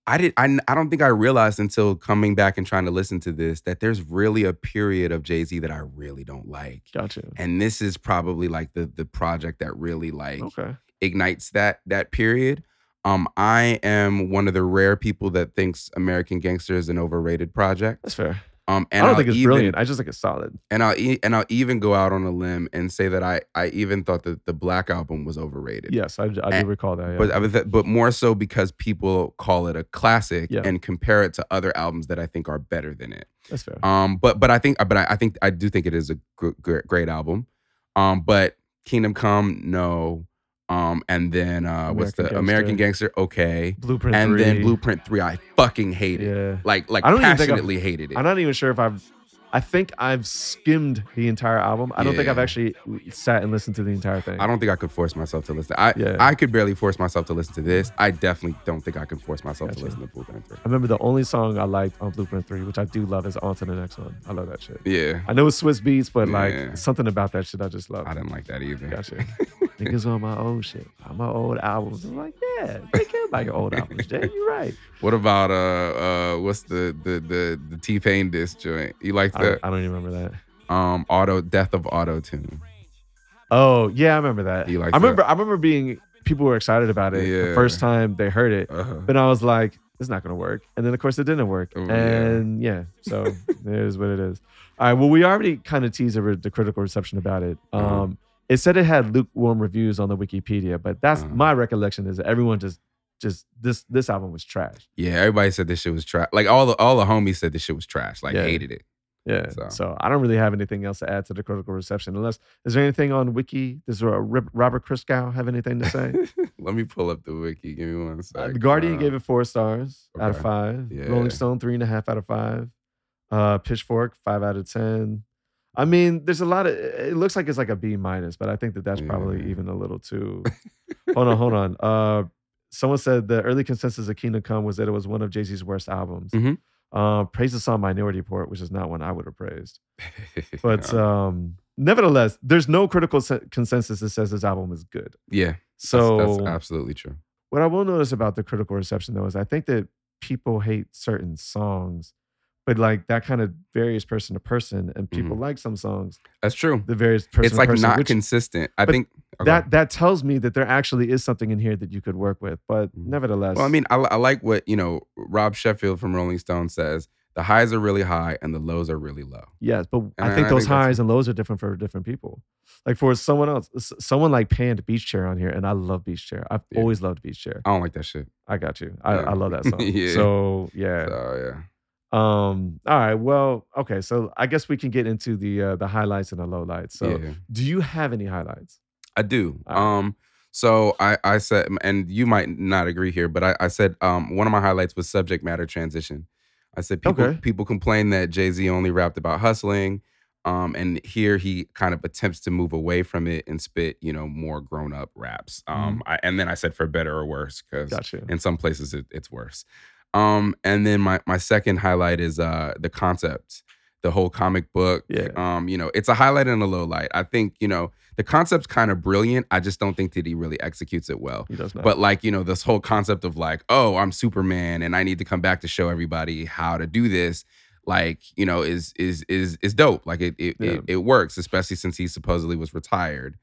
Speaker 1: I did. I, I don't think I realized until coming back and trying to listen to this that there's really a period of Jay Z that I really don't like,
Speaker 2: Gotcha.
Speaker 1: and this is probably like the the project that really like
Speaker 2: Okay.
Speaker 1: ignites that that period. Um, I am one of the rare people that thinks American Gangster is an overrated project.
Speaker 2: That's fair.
Speaker 1: Um, and
Speaker 2: I don't
Speaker 1: I'll
Speaker 2: think it's
Speaker 1: even-
Speaker 2: brilliant. I just think it's solid.
Speaker 1: and I'll e- and I'll even go out on a limb and say that I I even thought that the Black album was overrated.
Speaker 2: Yes, I, I do
Speaker 1: And-
Speaker 2: recall that. Yeah.
Speaker 1: But I was- but more so because people call it a classic
Speaker 2: Yeah.
Speaker 1: and compare it to other albums that I think are better than it.
Speaker 2: That's fair.
Speaker 1: Um, but but I think but I, I think I do think it is a gr- gr- great album. Um, but Kingdom Come, no. Um, and then uh, what's
Speaker 2: American
Speaker 1: the American Gangster? Okay,
Speaker 2: Blueprint
Speaker 1: and then
Speaker 2: three.
Speaker 1: Blueprint Three, I fucking hate it.
Speaker 2: Yeah.
Speaker 1: Like like
Speaker 2: I don't even think I've-
Speaker 1: passionately hated it.
Speaker 2: I'm not even sure if I've. I think I've skimmed the entire album. I don't think
Speaker 1: Yeah.
Speaker 2: I've actually sat and listened to the entire thing.
Speaker 1: I don't think I could force myself to listen. I
Speaker 2: Yeah.
Speaker 1: I could barely force myself to listen to this. I definitely don't think I can force myself
Speaker 2: Gotcha.
Speaker 1: to listen to Blueprint Three.
Speaker 2: I remember the only song I liked on Blueprint 3, which I do love, is On to the Next One. I love that shit.
Speaker 1: Yeah,
Speaker 2: I know it's Swiss Beats, but
Speaker 1: Yeah.
Speaker 2: like something about that shit I just love.
Speaker 1: I didn't like that either.
Speaker 2: Gotcha. Niggas on my old shit, on my old albums. I'm like, yeah, they care about your old albums, Jay. You're right.
Speaker 1: What about uh uh what's the the the the T Pain disc joint? You like
Speaker 2: I don't,
Speaker 1: the
Speaker 2: I don't even remember that.
Speaker 1: um auto death of auto tune?
Speaker 2: Oh yeah, I remember that.
Speaker 1: He likes
Speaker 2: I remember. I remember being people were excited about it the
Speaker 1: Yeah.
Speaker 2: first time they heard it,
Speaker 1: Uh-huh.
Speaker 2: but I was like, "It's not gonna work." And then of course it didn't work,
Speaker 1: Oh, yeah.
Speaker 2: and yeah, so it is what it is. All right. Well, we already kind of teased over the critical reception about it. Um,
Speaker 1: Mhm.
Speaker 2: It said it had lukewarm reviews on the Wikipedia, but that's
Speaker 1: Uh-huh.
Speaker 2: my recollection is that everyone just just this this album was trash.
Speaker 1: Yeah, everybody said this shit was trash. Like all the all the homies said this shit was trash. Like
Speaker 2: Yeah.
Speaker 1: hated it.
Speaker 2: Yeah. So.
Speaker 1: So.
Speaker 2: I don't really have anything else to add to the critical reception. Unless is there anything on Wiki? Does uh, Rip- Robert Christgau have anything to say?
Speaker 1: Let me pull up the wiki. Give me one
Speaker 2: Uh,
Speaker 1: second.
Speaker 2: the Guardian
Speaker 1: Uh,
Speaker 2: gave it four stars out of
Speaker 1: okay.
Speaker 2: five.
Speaker 1: Yeah.
Speaker 2: Rolling Stone three and a half out of five. Uh, Pitchfork five out of ten. I mean, there's a lot of. It looks like it's like a B minus, but I think that that's probably
Speaker 1: Yeah.
Speaker 2: even a little too. hold on, hold on. Uh, someone said the early consensus of Kingdom Come was that it was one of Jay Z's worst albums.
Speaker 1: Mhm.
Speaker 2: Uh, praise the song Minority Report, which is not one I would have praised, but um, nevertheless, there's no critical se- consensus that says this album is good.
Speaker 1: yeah,
Speaker 2: So
Speaker 1: that's, that's absolutely true.
Speaker 2: what I will notice about the critical reception though is I think that people hate certain songs, but like that kind of varies person to person, and people like some songs
Speaker 1: That's true.
Speaker 2: that varies person
Speaker 1: Mm-hmm. It's
Speaker 2: to
Speaker 1: like
Speaker 2: person.
Speaker 1: not
Speaker 2: which
Speaker 1: consistent. I
Speaker 2: but
Speaker 1: think okay.
Speaker 2: that that tells me that there actually is something in here that you could work with. But
Speaker 1: Mhm.
Speaker 2: nevertheless,
Speaker 1: Well, I mean, I, I like what you know. Rob Sheffield from Rolling Stone says the highs are really high and the lows are really low.
Speaker 2: yes, but I
Speaker 1: I-
Speaker 2: think
Speaker 1: I
Speaker 2: those
Speaker 1: think that's-
Speaker 2: highs and lows are different for different people. Like for someone else, s- someone like panned Beach Chair on here, and I love Beach Chair. I've
Speaker 1: Yeah.
Speaker 2: always loved Beach Chair.
Speaker 1: I don't like that shit.
Speaker 2: I got you. I,
Speaker 1: Yeah.
Speaker 2: I love that song.
Speaker 1: Yeah.
Speaker 2: So yeah.
Speaker 1: So yeah.
Speaker 2: Um. All right. Well. Okay. So I guess we can get into the uh, the highlights and the lowlights. So,
Speaker 1: yeah.
Speaker 2: do you have any highlights?
Speaker 1: I do.
Speaker 2: All right.
Speaker 1: Um, so I, I said, and you might not agree here, but I, I said um, one of my highlights was subject matter transition. I said people
Speaker 2: Okay.
Speaker 1: people complain that Jay Z only rapped about hustling, um, and here he kind of attempts to move away from it and spit, you know, more grown up raps. Um, I, and then I said for better or worse because
Speaker 2: Mm-hmm. Gotcha.
Speaker 1: in some places it, it's worse. Um, and then my my second highlight is uh, the concept, the whole comic book.
Speaker 2: Yeah.
Speaker 1: Um, you know, it's a highlight and a low light. I think you know the concept's kind of brilliant. I just don't think that he really executes it well.
Speaker 2: He does not.
Speaker 1: But like, you know, this whole concept of like, oh, I'm Superman and I need to come back to show everybody how to do this, like, you know, is is is is dope. Like it it
Speaker 2: Yeah.
Speaker 1: it, it works, especially since he supposedly was retired.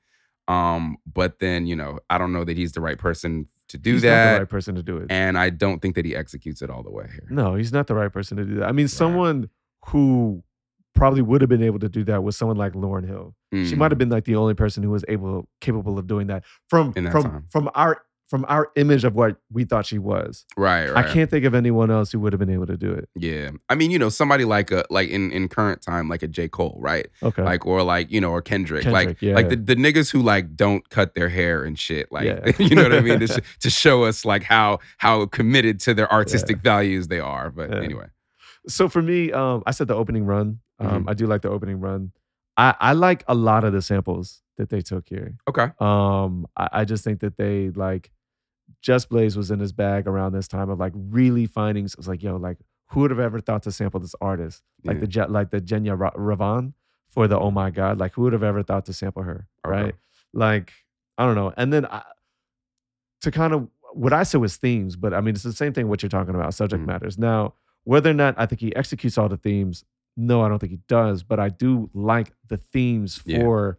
Speaker 1: Um, but then, you know, I don't know that he's the right person to do
Speaker 2: he's not
Speaker 1: that.
Speaker 2: the right person to do it.
Speaker 1: And I don't think that he executes it all the way here.
Speaker 2: No, he's not the right person to do that. I mean, someone who probably would have been able to do that was someone like Lauren Hill. She
Speaker 1: Mm.
Speaker 2: might have been like the only person who was able capable of doing that from
Speaker 1: In that
Speaker 2: from
Speaker 1: time.
Speaker 2: from our from our image of what we thought she was.
Speaker 1: Right, right.
Speaker 2: I can't think of anyone else who would have been able to do it.
Speaker 1: Yeah. I mean, you know, somebody like a like in in current time, like a J. Cole, right?
Speaker 2: Okay.
Speaker 1: Like or like, you know, or Kendrick. like
Speaker 2: Kendrick, yeah.
Speaker 1: like the, the niggas who like don't cut their hair and shit. Like
Speaker 2: Yeah.
Speaker 1: you know what I mean? To, sh- to show us like how how committed to their artistic values they are. But
Speaker 2: Yeah.
Speaker 1: anyway.
Speaker 2: so for me, um, I said the opening run. Um,
Speaker 1: Mm-hmm.
Speaker 2: I do like the opening run. I, I like a lot of the samples that they took here.
Speaker 1: Okay.
Speaker 2: Um, I, I just think that they like Just Blaze was in his bag around this time of like really finding. It was like, yo, like who would have ever thought to sample this artist like
Speaker 1: Yeah.
Speaker 2: the Je- like the Jenya Ra- Ravan for the Oh My God? Like who would have ever thought to sample her?
Speaker 1: Okay.
Speaker 2: Right? Like I don't know. And then I, to kind of what I said was themes, but I mean it's the same thing what you're talking about subject
Speaker 1: Mhm.
Speaker 2: matters. Now whether or not I think he executes all the themes, no, I don't think he does. But I do like the themes
Speaker 1: Yeah.
Speaker 2: for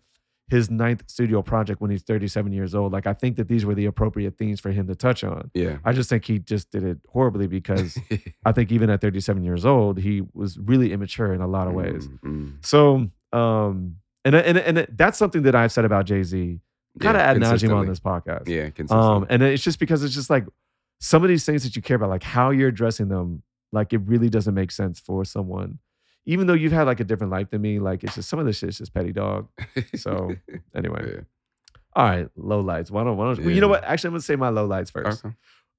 Speaker 2: his ninth studio project when he's 37 years old. Like I think that these were the appropriate themes for him to touch on.
Speaker 1: Yeah.
Speaker 2: I just think he just did it horribly because I think even at 37 years old, he was really immature in a lot of ways.
Speaker 1: Mm, mm.
Speaker 2: So, um, and and and that's something that I've said about Jay Z, kind of
Speaker 1: Yeah,
Speaker 2: ad nauseum
Speaker 1: consistently.
Speaker 2: on this podcast.
Speaker 1: Yeah, consistently.
Speaker 2: um, and it's just because it's just like some of these things that you care about, like how you're addressing them, like it really doesn't make sense for someone, even though you've had like a different life than me. Like it's just some of this shit's just petty dog. So anyway,
Speaker 1: Yeah.
Speaker 2: all right, low lights. Why don't why don't well, you know
Speaker 1: Yeah.
Speaker 2: what? Actually, I'm gonna say my low lights first.
Speaker 1: Okay.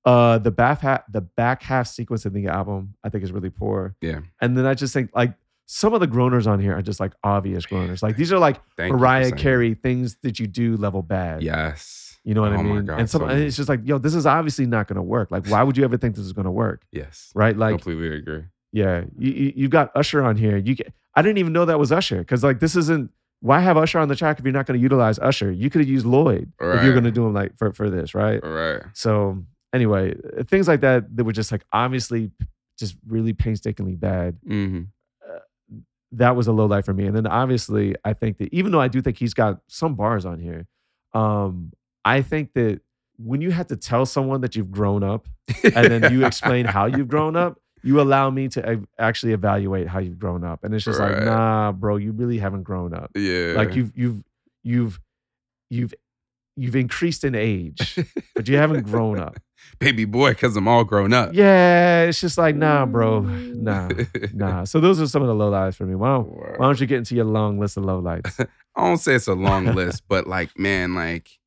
Speaker 2: Uh, the back half, the back half sequence of the album, I think is really poor.
Speaker 1: Yeah.
Speaker 2: And then I just think like some of the groaners on here are just like obvious groaners. Like these are like
Speaker 1: Thank you for
Speaker 2: Mariah
Speaker 1: saying that.
Speaker 2: Carey things that you do level bad.
Speaker 1: Yes.
Speaker 2: You know what I
Speaker 1: Oh my
Speaker 2: mean?
Speaker 1: God,
Speaker 2: and some,
Speaker 1: so
Speaker 2: and it's just like, yo, this is obviously not gonna work. Like, why would you ever think this is gonna work?
Speaker 1: Yes.
Speaker 2: Right? Like,
Speaker 1: Completely agree.
Speaker 2: yeah, you, you you've got Usher on here. You get, I didn't even know that was Usher because like this isn't. Why have Usher on the track if you're not gonna utilize Usher? You could have used Lloyd if
Speaker 1: Right.
Speaker 2: you're gonna do him like for for this, right?
Speaker 1: All right.
Speaker 2: So anyway, things like that that were just like obviously just really painstakingly bad.
Speaker 1: Mm-hmm.
Speaker 2: That was a low light for me. And then obviously, I think that even though I do think he's got some bars on here, um, I think that when you have to tell someone that you've grown up and then you explain how you've grown up, you allow me to ev- actually evaluate how you've grown up. And it's just like,
Speaker 1: Right.
Speaker 2: nah, bro, you really haven't grown up.
Speaker 1: Yeah.
Speaker 2: Like you've you've you've you've you've increased in age, but you haven't grown up.
Speaker 1: baby boy, because I'm all grown up.
Speaker 2: Yeah, it's just like, nah, bro. Nah, nah. So those are some of the low lights for me. Why don't,
Speaker 1: Word.
Speaker 2: why don't you get into your long list of low lights?
Speaker 1: I don't say it's a long list, but like, man, like,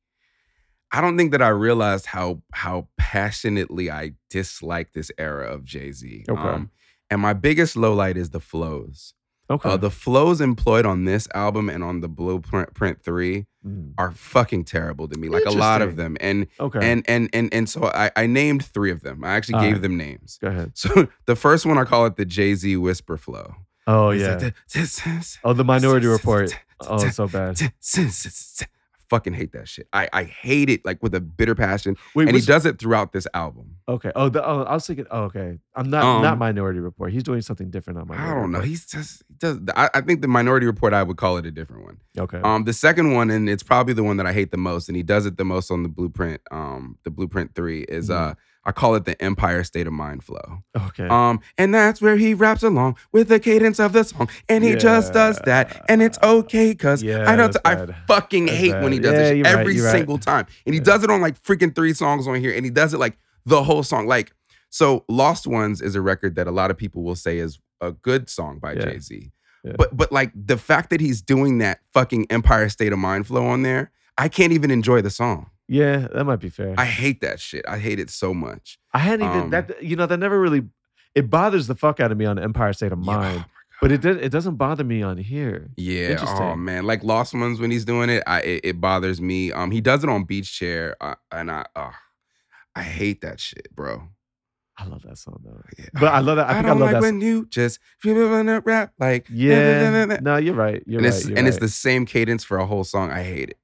Speaker 1: I don't think that I realized how how passionately I dislike this era of Jay Z.
Speaker 2: Okay.
Speaker 1: and my biggest lowlight is the flows.
Speaker 2: Okay.
Speaker 1: Uh, the flows employed on this album and on the Blueprint Print Three
Speaker 2: Mm,
Speaker 1: are fucking terrible to me. Like a lot of
Speaker 2: Interesting.
Speaker 1: them, and
Speaker 2: okay.
Speaker 1: and and and and so I, I named three of them. I actually
Speaker 2: All
Speaker 1: gave
Speaker 2: right.
Speaker 1: them names.
Speaker 2: Go ahead.
Speaker 1: So the first one I call it the Jay Z whisper flow.
Speaker 2: Oh
Speaker 1: It's
Speaker 2: yeah.
Speaker 1: like the-
Speaker 2: oh, the Minority Report. Oh, it's so bad.
Speaker 1: I fucking hate that shit. I, I hate it like with a bitter passion.
Speaker 2: Wait,
Speaker 1: and he
Speaker 2: which-
Speaker 1: does it throughout this album.
Speaker 2: okay. Oh, the, oh, I was thinking. Oh, okay. I'm not not
Speaker 1: Um,
Speaker 2: Minority Report. He's doing something different on Minority.
Speaker 1: I don't know.
Speaker 2: Report.
Speaker 1: He's just he does I, I think the minority report I would call it a different one.
Speaker 2: Okay.
Speaker 1: Um the second one, and it's probably the one that I hate the most, and he does it the most on the blueprint, um, the blueprint three is
Speaker 2: Mhm.
Speaker 1: uh I call it the Empire State of Mind flow.
Speaker 2: okay.
Speaker 1: Um, and that's where he raps along with the cadence of the song, and he just does that, and it's okay because
Speaker 2: Yeah,
Speaker 1: I don't.
Speaker 2: that's
Speaker 1: I
Speaker 2: bad.
Speaker 1: fucking
Speaker 2: That's
Speaker 1: hate when
Speaker 2: bad.
Speaker 1: he does
Speaker 2: Yeah,
Speaker 1: this
Speaker 2: you're right,
Speaker 1: every
Speaker 2: you're right.
Speaker 1: single time, and he does it on like freaking three songs on here, and he does it like the whole song. Like, so "Lost Ones" is a record that a lot of people will say is a good song by
Speaker 2: Yeah.
Speaker 1: Jay Z,
Speaker 2: Yeah.
Speaker 1: but but like the fact that he's doing that fucking Empire State of Mind flow on there, I can't even enjoy the song.
Speaker 2: yeah, that might be fair.
Speaker 1: I hate that shit. I hate it so much.
Speaker 2: I hadn't even
Speaker 1: Um,
Speaker 2: that you know that never really it bothers the fuck out of me on Empire State of
Speaker 1: Yeah,
Speaker 2: Mind,
Speaker 1: oh my
Speaker 2: but it did, it doesn't bother me on here.
Speaker 1: Yeah. Oh
Speaker 2: Interesting.
Speaker 1: man, like Lost Ones when he's doing it, I it, it bothers me. Um, he does it on Beach Chair, uh, and I, uh, I hate that shit, bro.
Speaker 2: I love that song though.
Speaker 1: Yeah.
Speaker 2: But I love that. I,
Speaker 1: I
Speaker 2: think I
Speaker 1: don't
Speaker 2: love
Speaker 1: like
Speaker 2: that. Song.
Speaker 1: when you just that rap like
Speaker 2: Yeah.
Speaker 1: na- na- na- na-
Speaker 2: No, you're right. You're
Speaker 1: and
Speaker 2: right.
Speaker 1: it's
Speaker 2: you're
Speaker 1: and it's
Speaker 2: right.
Speaker 1: the same cadence for a whole song. I hate it.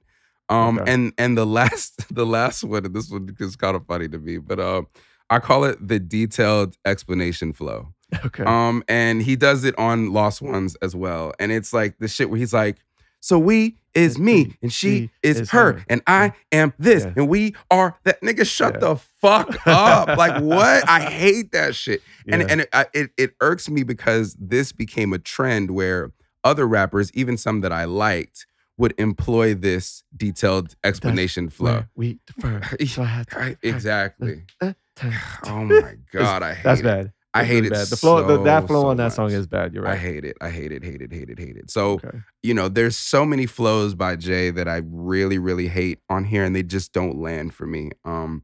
Speaker 1: Um
Speaker 2: Okay.
Speaker 1: and and the last the last one and this one is kind of funny to me, but um I call it the detailed explanation flow.
Speaker 2: okay.
Speaker 1: Um, and he does it on Lost Ones as well. And it's like the shit where he's like, so we is me and she is, her, and I am this
Speaker 2: Mm. Yeah.
Speaker 1: and we are that nigga shut
Speaker 2: Yeah.
Speaker 1: the fuck up like what I hate that shit and
Speaker 2: Yeah.
Speaker 1: and it, I- it it irks me because this became a trend where other rappers even some that I liked would employ this detailed explanation flow
Speaker 2: Where we defer. So I have to.
Speaker 1: I- exactly
Speaker 2: Uh, uh,
Speaker 1: oh my god I hate
Speaker 2: That's
Speaker 1: it
Speaker 2: bad.
Speaker 1: I
Speaker 2: That's
Speaker 1: hate
Speaker 2: really
Speaker 1: it
Speaker 2: Bad. The flow, the, that
Speaker 1: so,
Speaker 2: flow
Speaker 1: so
Speaker 2: on that song
Speaker 1: much.
Speaker 2: is bad. You're right.
Speaker 1: I hate it. I hate it, hate it, hate it, hate it. So,
Speaker 2: Okay.
Speaker 1: you know, there's so many flows by Jay that I really, really hate on here and they just don't land for me. Um,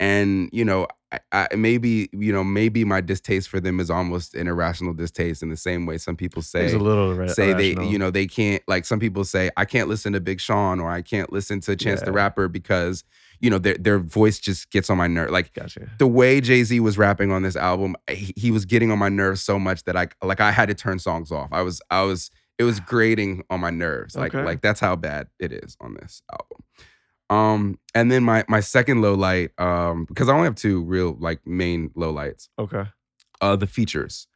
Speaker 1: and, you know, I, I, maybe, you know, maybe my distaste for them is almost an irrational distaste in the same way some people say
Speaker 2: There's a little ra-
Speaker 1: say they
Speaker 2: irrational.
Speaker 1: you know they can't like some people say I can't listen to Big Sean or I can't listen to Chance the
Speaker 2: Yeah.
Speaker 1: Rapper because you know their their voice just gets on my nerve like
Speaker 2: Gotcha.
Speaker 1: the way Jay Z was rapping on this album, eh, he, he was getting on my nerves so much that I like I had to turn songs off. I was I was it was grating on my nerves. Like
Speaker 2: Okay.
Speaker 1: like that's how bad it is on this album. Um, and then my my second low light, um, because I only have two real like main low lights.
Speaker 2: Okay.
Speaker 1: Uh, the features.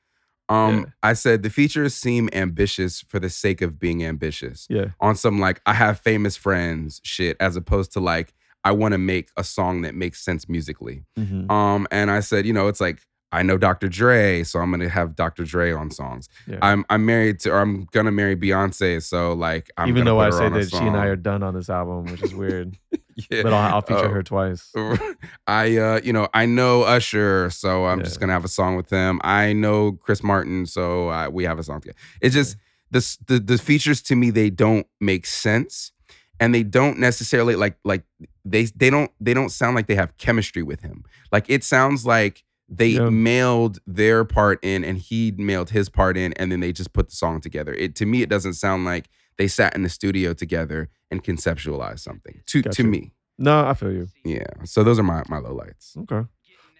Speaker 1: Um,
Speaker 2: Yeah.
Speaker 1: I said the features seem ambitious for the sake of being ambitious
Speaker 2: Yeah.
Speaker 1: on some like I have famous friends shit, as opposed to like I want to make a song that makes sense musically.
Speaker 2: Mhm.
Speaker 1: Um, and I said, you know, it's like I know Dr. Dre, so I'm gonna have Dr. Dre on songs.
Speaker 2: Yeah.
Speaker 1: I'm I'm married to, or I'm gonna marry Beyonce, so like I'm
Speaker 2: Even
Speaker 1: gonna put
Speaker 2: though I
Speaker 1: her
Speaker 2: say
Speaker 1: on a
Speaker 2: that she and I
Speaker 1: song.
Speaker 2: are done on this album, which is weird,
Speaker 1: yeah.
Speaker 2: but I'll, I'll feature
Speaker 1: Oh.
Speaker 2: her twice.
Speaker 1: I uh, you know, I know Usher, so I'm
Speaker 2: Yeah.
Speaker 1: just gonna have a song with him. I know Chris Martin, so uh, we have a song together. It's just this the the features to me they don't make sense, and they don't necessarily like like they they don't they don't sound like they have chemistry with him. Like it sounds like they
Speaker 2: Yeah.
Speaker 1: mailed their part in and he mailed his part in, and then they just put the song together. It to me it doesn't sound like they sat in the studio together and conceptualized something. To
Speaker 2: Gotcha.
Speaker 1: to me.
Speaker 2: No, I feel you.
Speaker 1: Yeah. So those are my my low lights.
Speaker 2: Okay.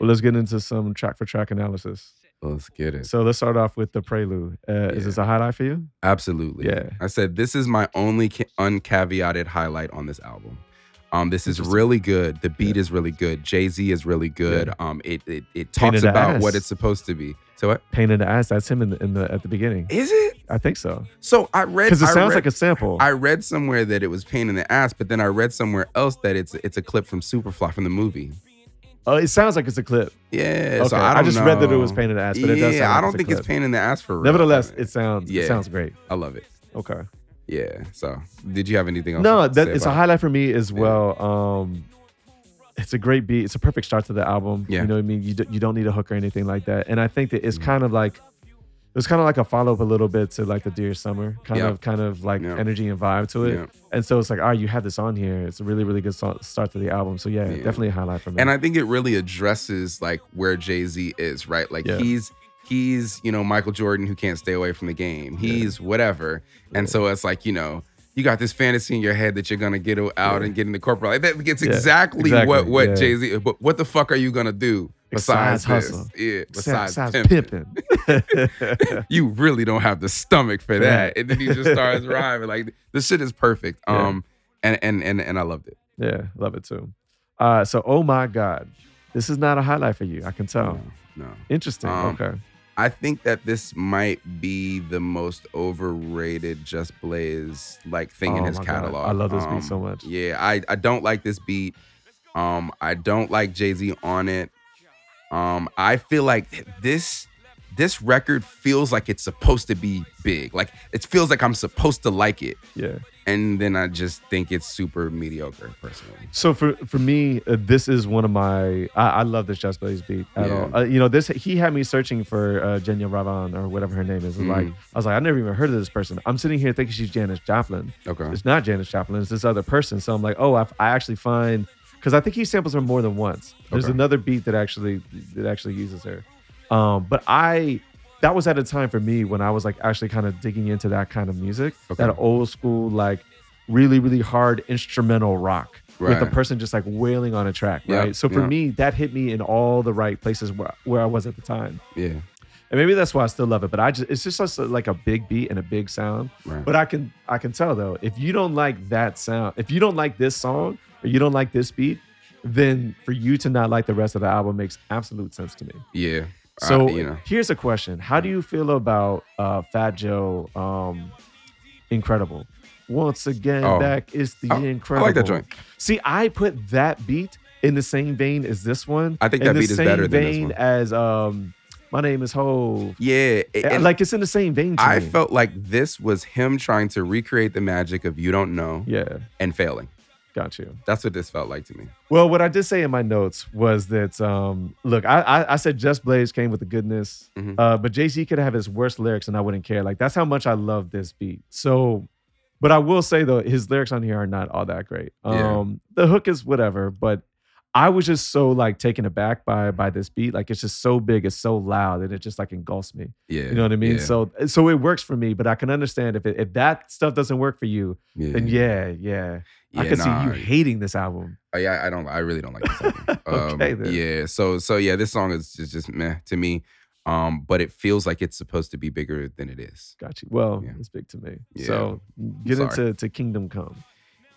Speaker 2: Well, let's get into some track for track analysis.
Speaker 1: Let's get it.
Speaker 2: So let's start off with the prelude. Uh, Is this a highlight for you?
Speaker 1: Absolutely.
Speaker 2: Yeah.
Speaker 1: I said this is my only ca- uncaveated highlight on this album. Um, this is
Speaker 2: Interesting.
Speaker 1: really good. The beat is really good. Jay Z is really good. Um, it it, it
Speaker 2: Pain
Speaker 1: talks
Speaker 2: in the
Speaker 1: about
Speaker 2: ass.
Speaker 1: what it's supposed to be. So what
Speaker 2: Pain in the ass. That's him in the, in the at the beginning.
Speaker 1: is it?
Speaker 2: I think so.
Speaker 1: So I read
Speaker 2: Because it
Speaker 1: I
Speaker 2: sounds
Speaker 1: read-
Speaker 2: like a sample.
Speaker 1: I read somewhere that it was pain in the ass, but then I read somewhere else that it's it's a clip from Superfly from the movie.
Speaker 2: Oh, it sounds like it's a clip.
Speaker 1: Yeah.
Speaker 2: Okay.
Speaker 1: so I,
Speaker 2: I,
Speaker 1: don't
Speaker 2: just read that it
Speaker 1: know.
Speaker 2: was pain in the ass, but
Speaker 1: yeah,
Speaker 2: it does. Sound like
Speaker 1: I don't
Speaker 2: a
Speaker 1: think it's
Speaker 2: clip.
Speaker 1: pain in the ass for real.
Speaker 2: Nevertheless,
Speaker 1: I,
Speaker 2: it sounds
Speaker 1: Yeah.
Speaker 2: it sounds great.
Speaker 1: I love it.
Speaker 2: Okay.
Speaker 1: Yeah. So did you have anything else?
Speaker 2: No,
Speaker 1: to
Speaker 2: that
Speaker 1: say
Speaker 2: it's a
Speaker 1: about it?
Speaker 2: highlight for me as
Speaker 1: Yeah.
Speaker 2: well. Um, it's a great beat. It's a perfect start to the album.
Speaker 1: Yeah.
Speaker 2: You know what I mean? You, d- you don't need a hook or anything like that. And I think that it's
Speaker 1: Mhm.
Speaker 2: kind of like it was kind of like a follow up a little bit to like the Dear Summer kind
Speaker 1: Yeah.
Speaker 2: of kind of like
Speaker 1: Yeah.
Speaker 2: energy and vibe to it.
Speaker 1: Yeah.
Speaker 2: And so it's like, all right, you have this on here. It's a really really good so- start to the album. So yeah,
Speaker 1: Yeah.
Speaker 2: definitely a highlight for me.
Speaker 1: and I think it really addresses like where Jay Z is, right? Like
Speaker 2: Yeah.
Speaker 1: he's he's you know Michael Jordan who can't stay away from the game. He's whatever, and so it's like you know you got this fantasy in your head that you're gonna get out and get in the corporate. Like that, it's
Speaker 2: Yeah,
Speaker 1: exactly,
Speaker 2: exactly,
Speaker 1: what what
Speaker 2: yeah.
Speaker 1: Jay Z. But what the fuck are you gonna do besides,
Speaker 2: Besides
Speaker 1: this?
Speaker 2: hustle.
Speaker 1: Yeah, besides, pimp.
Speaker 2: Pippin.
Speaker 1: you really don't have the stomach for
Speaker 2: Yeah.
Speaker 1: that. And then he just starts rhyming. Like this shit is perfect.
Speaker 2: Yeah.
Speaker 1: Um, and and and and I loved it.
Speaker 2: yeah, love it too. Uh, so oh my god, this is not a highlight for you. I can tell.
Speaker 1: no.
Speaker 2: Interesting.
Speaker 1: Um,
Speaker 2: okay.
Speaker 1: I think that this might be the most overrated Just Blaze like thing in
Speaker 2: Oh
Speaker 1: his
Speaker 2: my God.
Speaker 1: catalog.
Speaker 2: I love this beat
Speaker 1: Um,
Speaker 2: so much.
Speaker 1: Yeah, I, I don't like this beat. Um, I don't like Jay Z on it. Um, I feel like th- this this record feels like it's supposed to be big. Like it feels like I'm supposed to like it,
Speaker 2: Yeah.
Speaker 1: and then I just think it's super mediocre personally.
Speaker 2: So for for me, uh, this is one of my. I, I love this Just Blaze beat at
Speaker 1: Yeah.
Speaker 2: all. Uh, you know, this he had me searching for uh, Jenya Ravan or whatever her name is. And Like
Speaker 1: Mhm.
Speaker 2: I was like, I never even heard of this person. I'm sitting here thinking she's Janis Joplin.
Speaker 1: Okay.
Speaker 2: It's not Janis Joplin. It's this other person. So I'm like, oh, I, I actually find because I think he samples her more than once. There's
Speaker 1: Okay.
Speaker 2: another beat that actually that actually uses her. Um, but I that was at a time for me when I was like actually kind of digging into that kind of music,
Speaker 1: Okay.
Speaker 2: that old school like really really hard instrumental rock.
Speaker 1: Right.
Speaker 2: with a person just like wailing on a track,
Speaker 1: Yep,
Speaker 2: right? So for
Speaker 1: yep.
Speaker 2: me, that hit me in all the right places where, where I was at the time.
Speaker 1: yeah.
Speaker 2: And maybe that's why I still love it, but I just it's just also like a big beat and a big sound.
Speaker 1: Right.
Speaker 2: But I can I can tell though, if you don't like that sound, if you don't like this song or you don't like this beat, then for you to not like the rest of the album makes absolute sense to me.
Speaker 1: yeah. I-
Speaker 2: So
Speaker 1: Uh, you know.
Speaker 2: here's a question: How do you feel about uh, Fat Joe? Um, incredible. Once again,
Speaker 1: Oh.
Speaker 2: back is the
Speaker 1: I- I like that
Speaker 2: incredible.
Speaker 1: joint.
Speaker 2: See, I put that beat in the same vein as this one.
Speaker 1: I think
Speaker 2: in
Speaker 1: that
Speaker 2: the
Speaker 1: beat is
Speaker 2: same
Speaker 1: better than this
Speaker 2: vein
Speaker 1: one.
Speaker 2: as um, my name is Ho.
Speaker 1: Yeah. a- and
Speaker 2: like it's in the same vein. To
Speaker 1: I
Speaker 2: me.
Speaker 1: felt like this was him trying to recreate the magic of you don't know
Speaker 2: Yeah,
Speaker 1: and failing.
Speaker 2: got you.
Speaker 1: That's what this felt like to me.
Speaker 2: Well, what I did say in my notes was that um, look, I, I I said Just Blaze came with the goodness,
Speaker 1: Mhm.
Speaker 2: uh, but Jay Z could have his worst lyrics and I wouldn't care. Like that's how much I love this beat. So, but I will say though, his lyrics on here are not all that great.
Speaker 1: Yeah.
Speaker 2: Um, The hook is whatever, but I was just so like taken aback by by this beat. Like it's just so big, it's so loud, and it just like engulfs me.
Speaker 1: Yeah.
Speaker 2: You know what I mean?
Speaker 1: yeah,
Speaker 2: So so it works for me, but I can understand if it, if that stuff doesn't work for you,
Speaker 1: yeah.
Speaker 2: then yeah, yeah, I
Speaker 1: Yeah,
Speaker 2: can
Speaker 1: nah,
Speaker 2: see you hating this album.
Speaker 1: I, I I don't. I really don't like this album.
Speaker 2: Okay,
Speaker 1: um,
Speaker 2: then.
Speaker 1: Yeah. So so yeah, this song is just, just meh to me. Um, but it feels like it's supposed to be bigger than it is.
Speaker 2: Got you. Well,
Speaker 1: Yeah.
Speaker 2: it's big to me.
Speaker 1: Yeah.
Speaker 2: So get
Speaker 1: Sorry.
Speaker 2: into to Kingdom Come.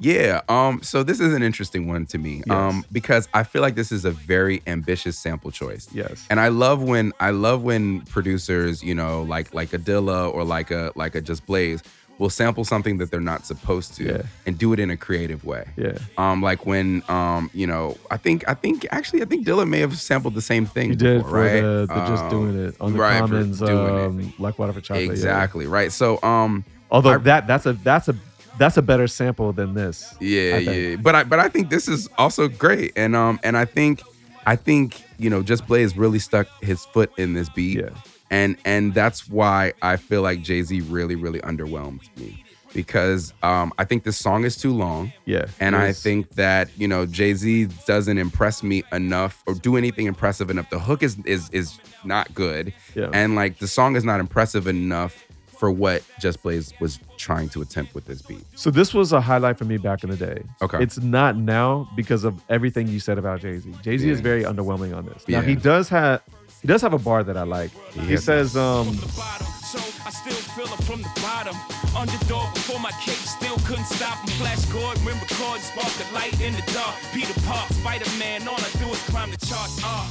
Speaker 1: Yeah. Um. So this is an interesting one to me. Um.
Speaker 2: Yes.
Speaker 1: Because I feel like this is a very ambitious sample choice.
Speaker 2: Yes.
Speaker 1: And I love when I love when producers, you know, like like Adilla or like a like a Just Blaze, will sample something that they're not supposed to
Speaker 2: Yeah.
Speaker 1: and do it in a creative way.
Speaker 2: yeah.
Speaker 1: Um, like when um, you know, I think I think actually I think Dilla may have sampled the same thing.
Speaker 2: You did
Speaker 1: before,
Speaker 2: for
Speaker 1: right?
Speaker 2: the, the just
Speaker 1: Um,
Speaker 2: doing it on the
Speaker 1: right, for
Speaker 2: commons,
Speaker 1: doing it.
Speaker 2: um, like water for chocolate. yeah.
Speaker 1: Exactly right. So um,
Speaker 2: Although
Speaker 1: I-
Speaker 2: that that's a that's a that's a better sample than this.
Speaker 1: yeah,
Speaker 2: I think.
Speaker 1: yeah. But I but I think this is also great, and um, and I think I think you know, Just Blaze really stuck his foot in this beat.
Speaker 2: Yeah.
Speaker 1: and and that's why I feel like Jay Z really really underwhelmed me because um, I think this song is too long.
Speaker 2: Yeah.
Speaker 1: And I
Speaker 2: Yes.
Speaker 1: think that you know Jay Z doesn't impress me enough or do anything impressive enough. The hook is is is not good,
Speaker 2: Yeah.
Speaker 1: and like the song is not impressive enough for what Just Blaze was trying to attempt with this beat.
Speaker 2: so this was a highlight for me back in the day.
Speaker 1: Okay.
Speaker 2: It's not now because of everything you said about Jay-Z. Jay-Z is
Speaker 1: Yeah.
Speaker 2: very underwhelming on this.
Speaker 1: Yeah.
Speaker 2: Now he does have he does have a bar that I like. He
Speaker 1: Yeah.
Speaker 2: says um
Speaker 3: from the bottom. So I still feel it from the bottom. Underdog before my cape, still couldn't stop him. Flash Gordon, when record spark the light in the dark. Peter Park, Spider Man, all I do is climb the charts. Ah.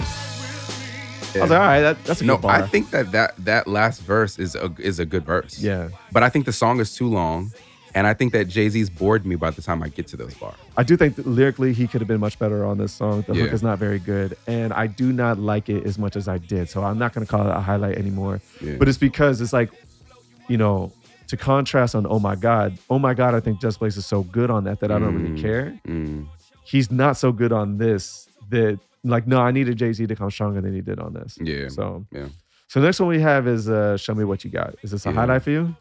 Speaker 2: I was like, all right, that, that's a
Speaker 1: no,
Speaker 2: good bar.
Speaker 1: I think that that that last verse is a is a good verse.
Speaker 2: Yeah.
Speaker 1: but I think the song is too long, and I think that Jay Z's bored me by the time I get to those bars.
Speaker 2: I do think that lyrically he could have been much better on this song. The hook
Speaker 1: Yeah.
Speaker 2: is not very good, and I do not like it as much as I did. So I'm not going to call it a highlight anymore.
Speaker 1: Yeah.
Speaker 2: But it's because it's like, you know, to contrast on Oh My God, Oh My God, I think Just Blaze is so good on that that I don't really
Speaker 1: Mm.
Speaker 2: care.
Speaker 1: Mm.
Speaker 2: He's not so good on this that like no, I needed Jay Z to come stronger than he did on this.
Speaker 1: Yeah.
Speaker 2: So
Speaker 1: Yeah.
Speaker 2: so next one we have is uh Show Me What You Got. Is this a
Speaker 1: Yeah.
Speaker 2: highlight for you?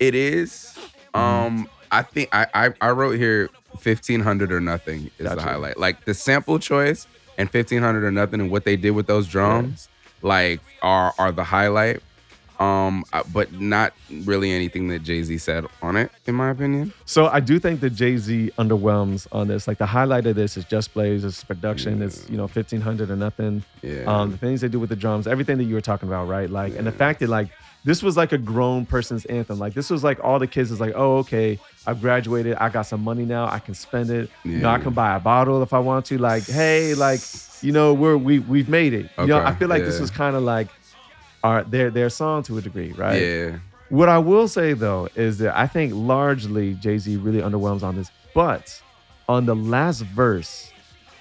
Speaker 1: It is.
Speaker 2: Mm-hmm.
Speaker 1: Um, I think I I, I wrote here fifteen hundred or nothing is
Speaker 2: Gotcha.
Speaker 1: the highlight. Like the sample choice and fifteen hundred or nothing and what they did with those drums, like are are the highlight. Um, uh, but not really anything that Jay Z said on it, in my opinion.
Speaker 2: So I do think that Jay Z underwhelms on this. Like the highlight of this is Just Blaze, it's production, it's you know fifteen hundred or nothing.
Speaker 1: Yeah.
Speaker 2: Um, the things they do with the drums, everything that you were talking about, right? Like, and the fact that like this was like a grown person's anthem. Like this was like all the kids is like, oh okay, I've graduated, I got some money now, I can spend it. You know, I
Speaker 1: Yeah.
Speaker 2: can buy a bottle if I want to. Like, hey, like you know, we're we we've made it. You know,
Speaker 1: Okay,
Speaker 2: I feel like this
Speaker 1: yeah.
Speaker 2: was kind of like. Our, their their song to a degree, right?
Speaker 1: yeah.
Speaker 2: What I will say though is that I think largely Jay Z really underwhelms on this, but on the last verse,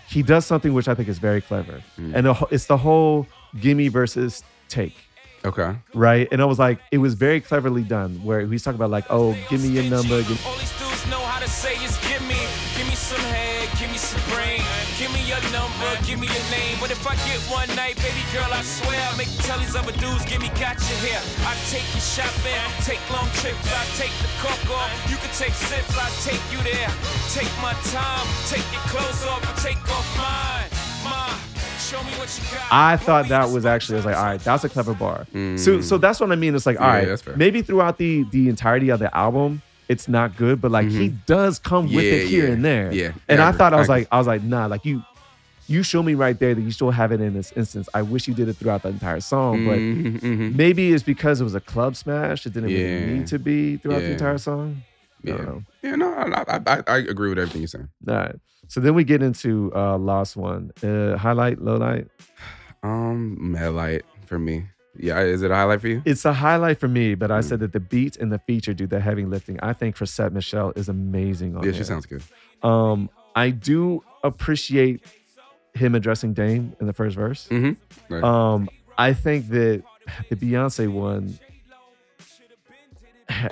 Speaker 2: he does something which I think is very clever, and the wh- it's the whole gimme versus take.
Speaker 1: Okay.
Speaker 2: Right, and I was like, it was very cleverly done. Where he's talking about like, oh, give me your number, give-
Speaker 3: All these dudes know how to say is give me, give me some head, give me some brain, give me your number, give me your name. But if I get one night, baby girl, I swear I'll make tell these other dudes give me got you here. I take you shopping, take long trips, I take the cook off, you can take sips, I take you there. Take my time, take your clothes off, take off mine, mine. Show me what you got.
Speaker 2: I thought that was actually I was like, all right, that's a clever bar. So so that's what I mean. It's like, all
Speaker 1: Mm. Yeah,
Speaker 2: right,
Speaker 1: that's fair.
Speaker 2: maybe throughout the the entirety of the album, it's not good, but like he does come with
Speaker 1: Mm-hmm. Yeah,
Speaker 2: it here
Speaker 1: yeah,
Speaker 2: and there.
Speaker 1: yeah.
Speaker 2: And I
Speaker 1: Ever.
Speaker 2: thought I was
Speaker 1: I-
Speaker 2: like, I was like, nah, like you you show me right there that you still have it in this instance. I wish you did it throughout the entire song,
Speaker 1: Mhm,
Speaker 2: but
Speaker 1: mhm.
Speaker 2: maybe it's because it was a club smash. It didn't
Speaker 1: Yeah.
Speaker 2: really need to be throughout the
Speaker 1: Yeah.
Speaker 2: entire song. I don't
Speaker 1: Yeah.
Speaker 2: know.
Speaker 1: Yeah, no, I, I, I, I agree with everything you're saying.
Speaker 2: All right. So then we get into uh last one. Uh highlight, low light.
Speaker 1: Um, Mad Light for me. Yeah, is it a highlight for you?
Speaker 2: It's a highlight for me, but I
Speaker 1: Mm.
Speaker 2: said that the beats and the feature do the heavy lifting. I think for Set Michelle is amazing on
Speaker 1: yeah,
Speaker 2: there.
Speaker 1: she sounds good.
Speaker 2: Um, I do appreciate him addressing Dame in the first verse.
Speaker 1: Mhm. Right.
Speaker 2: Um, I think that the Beyonce one,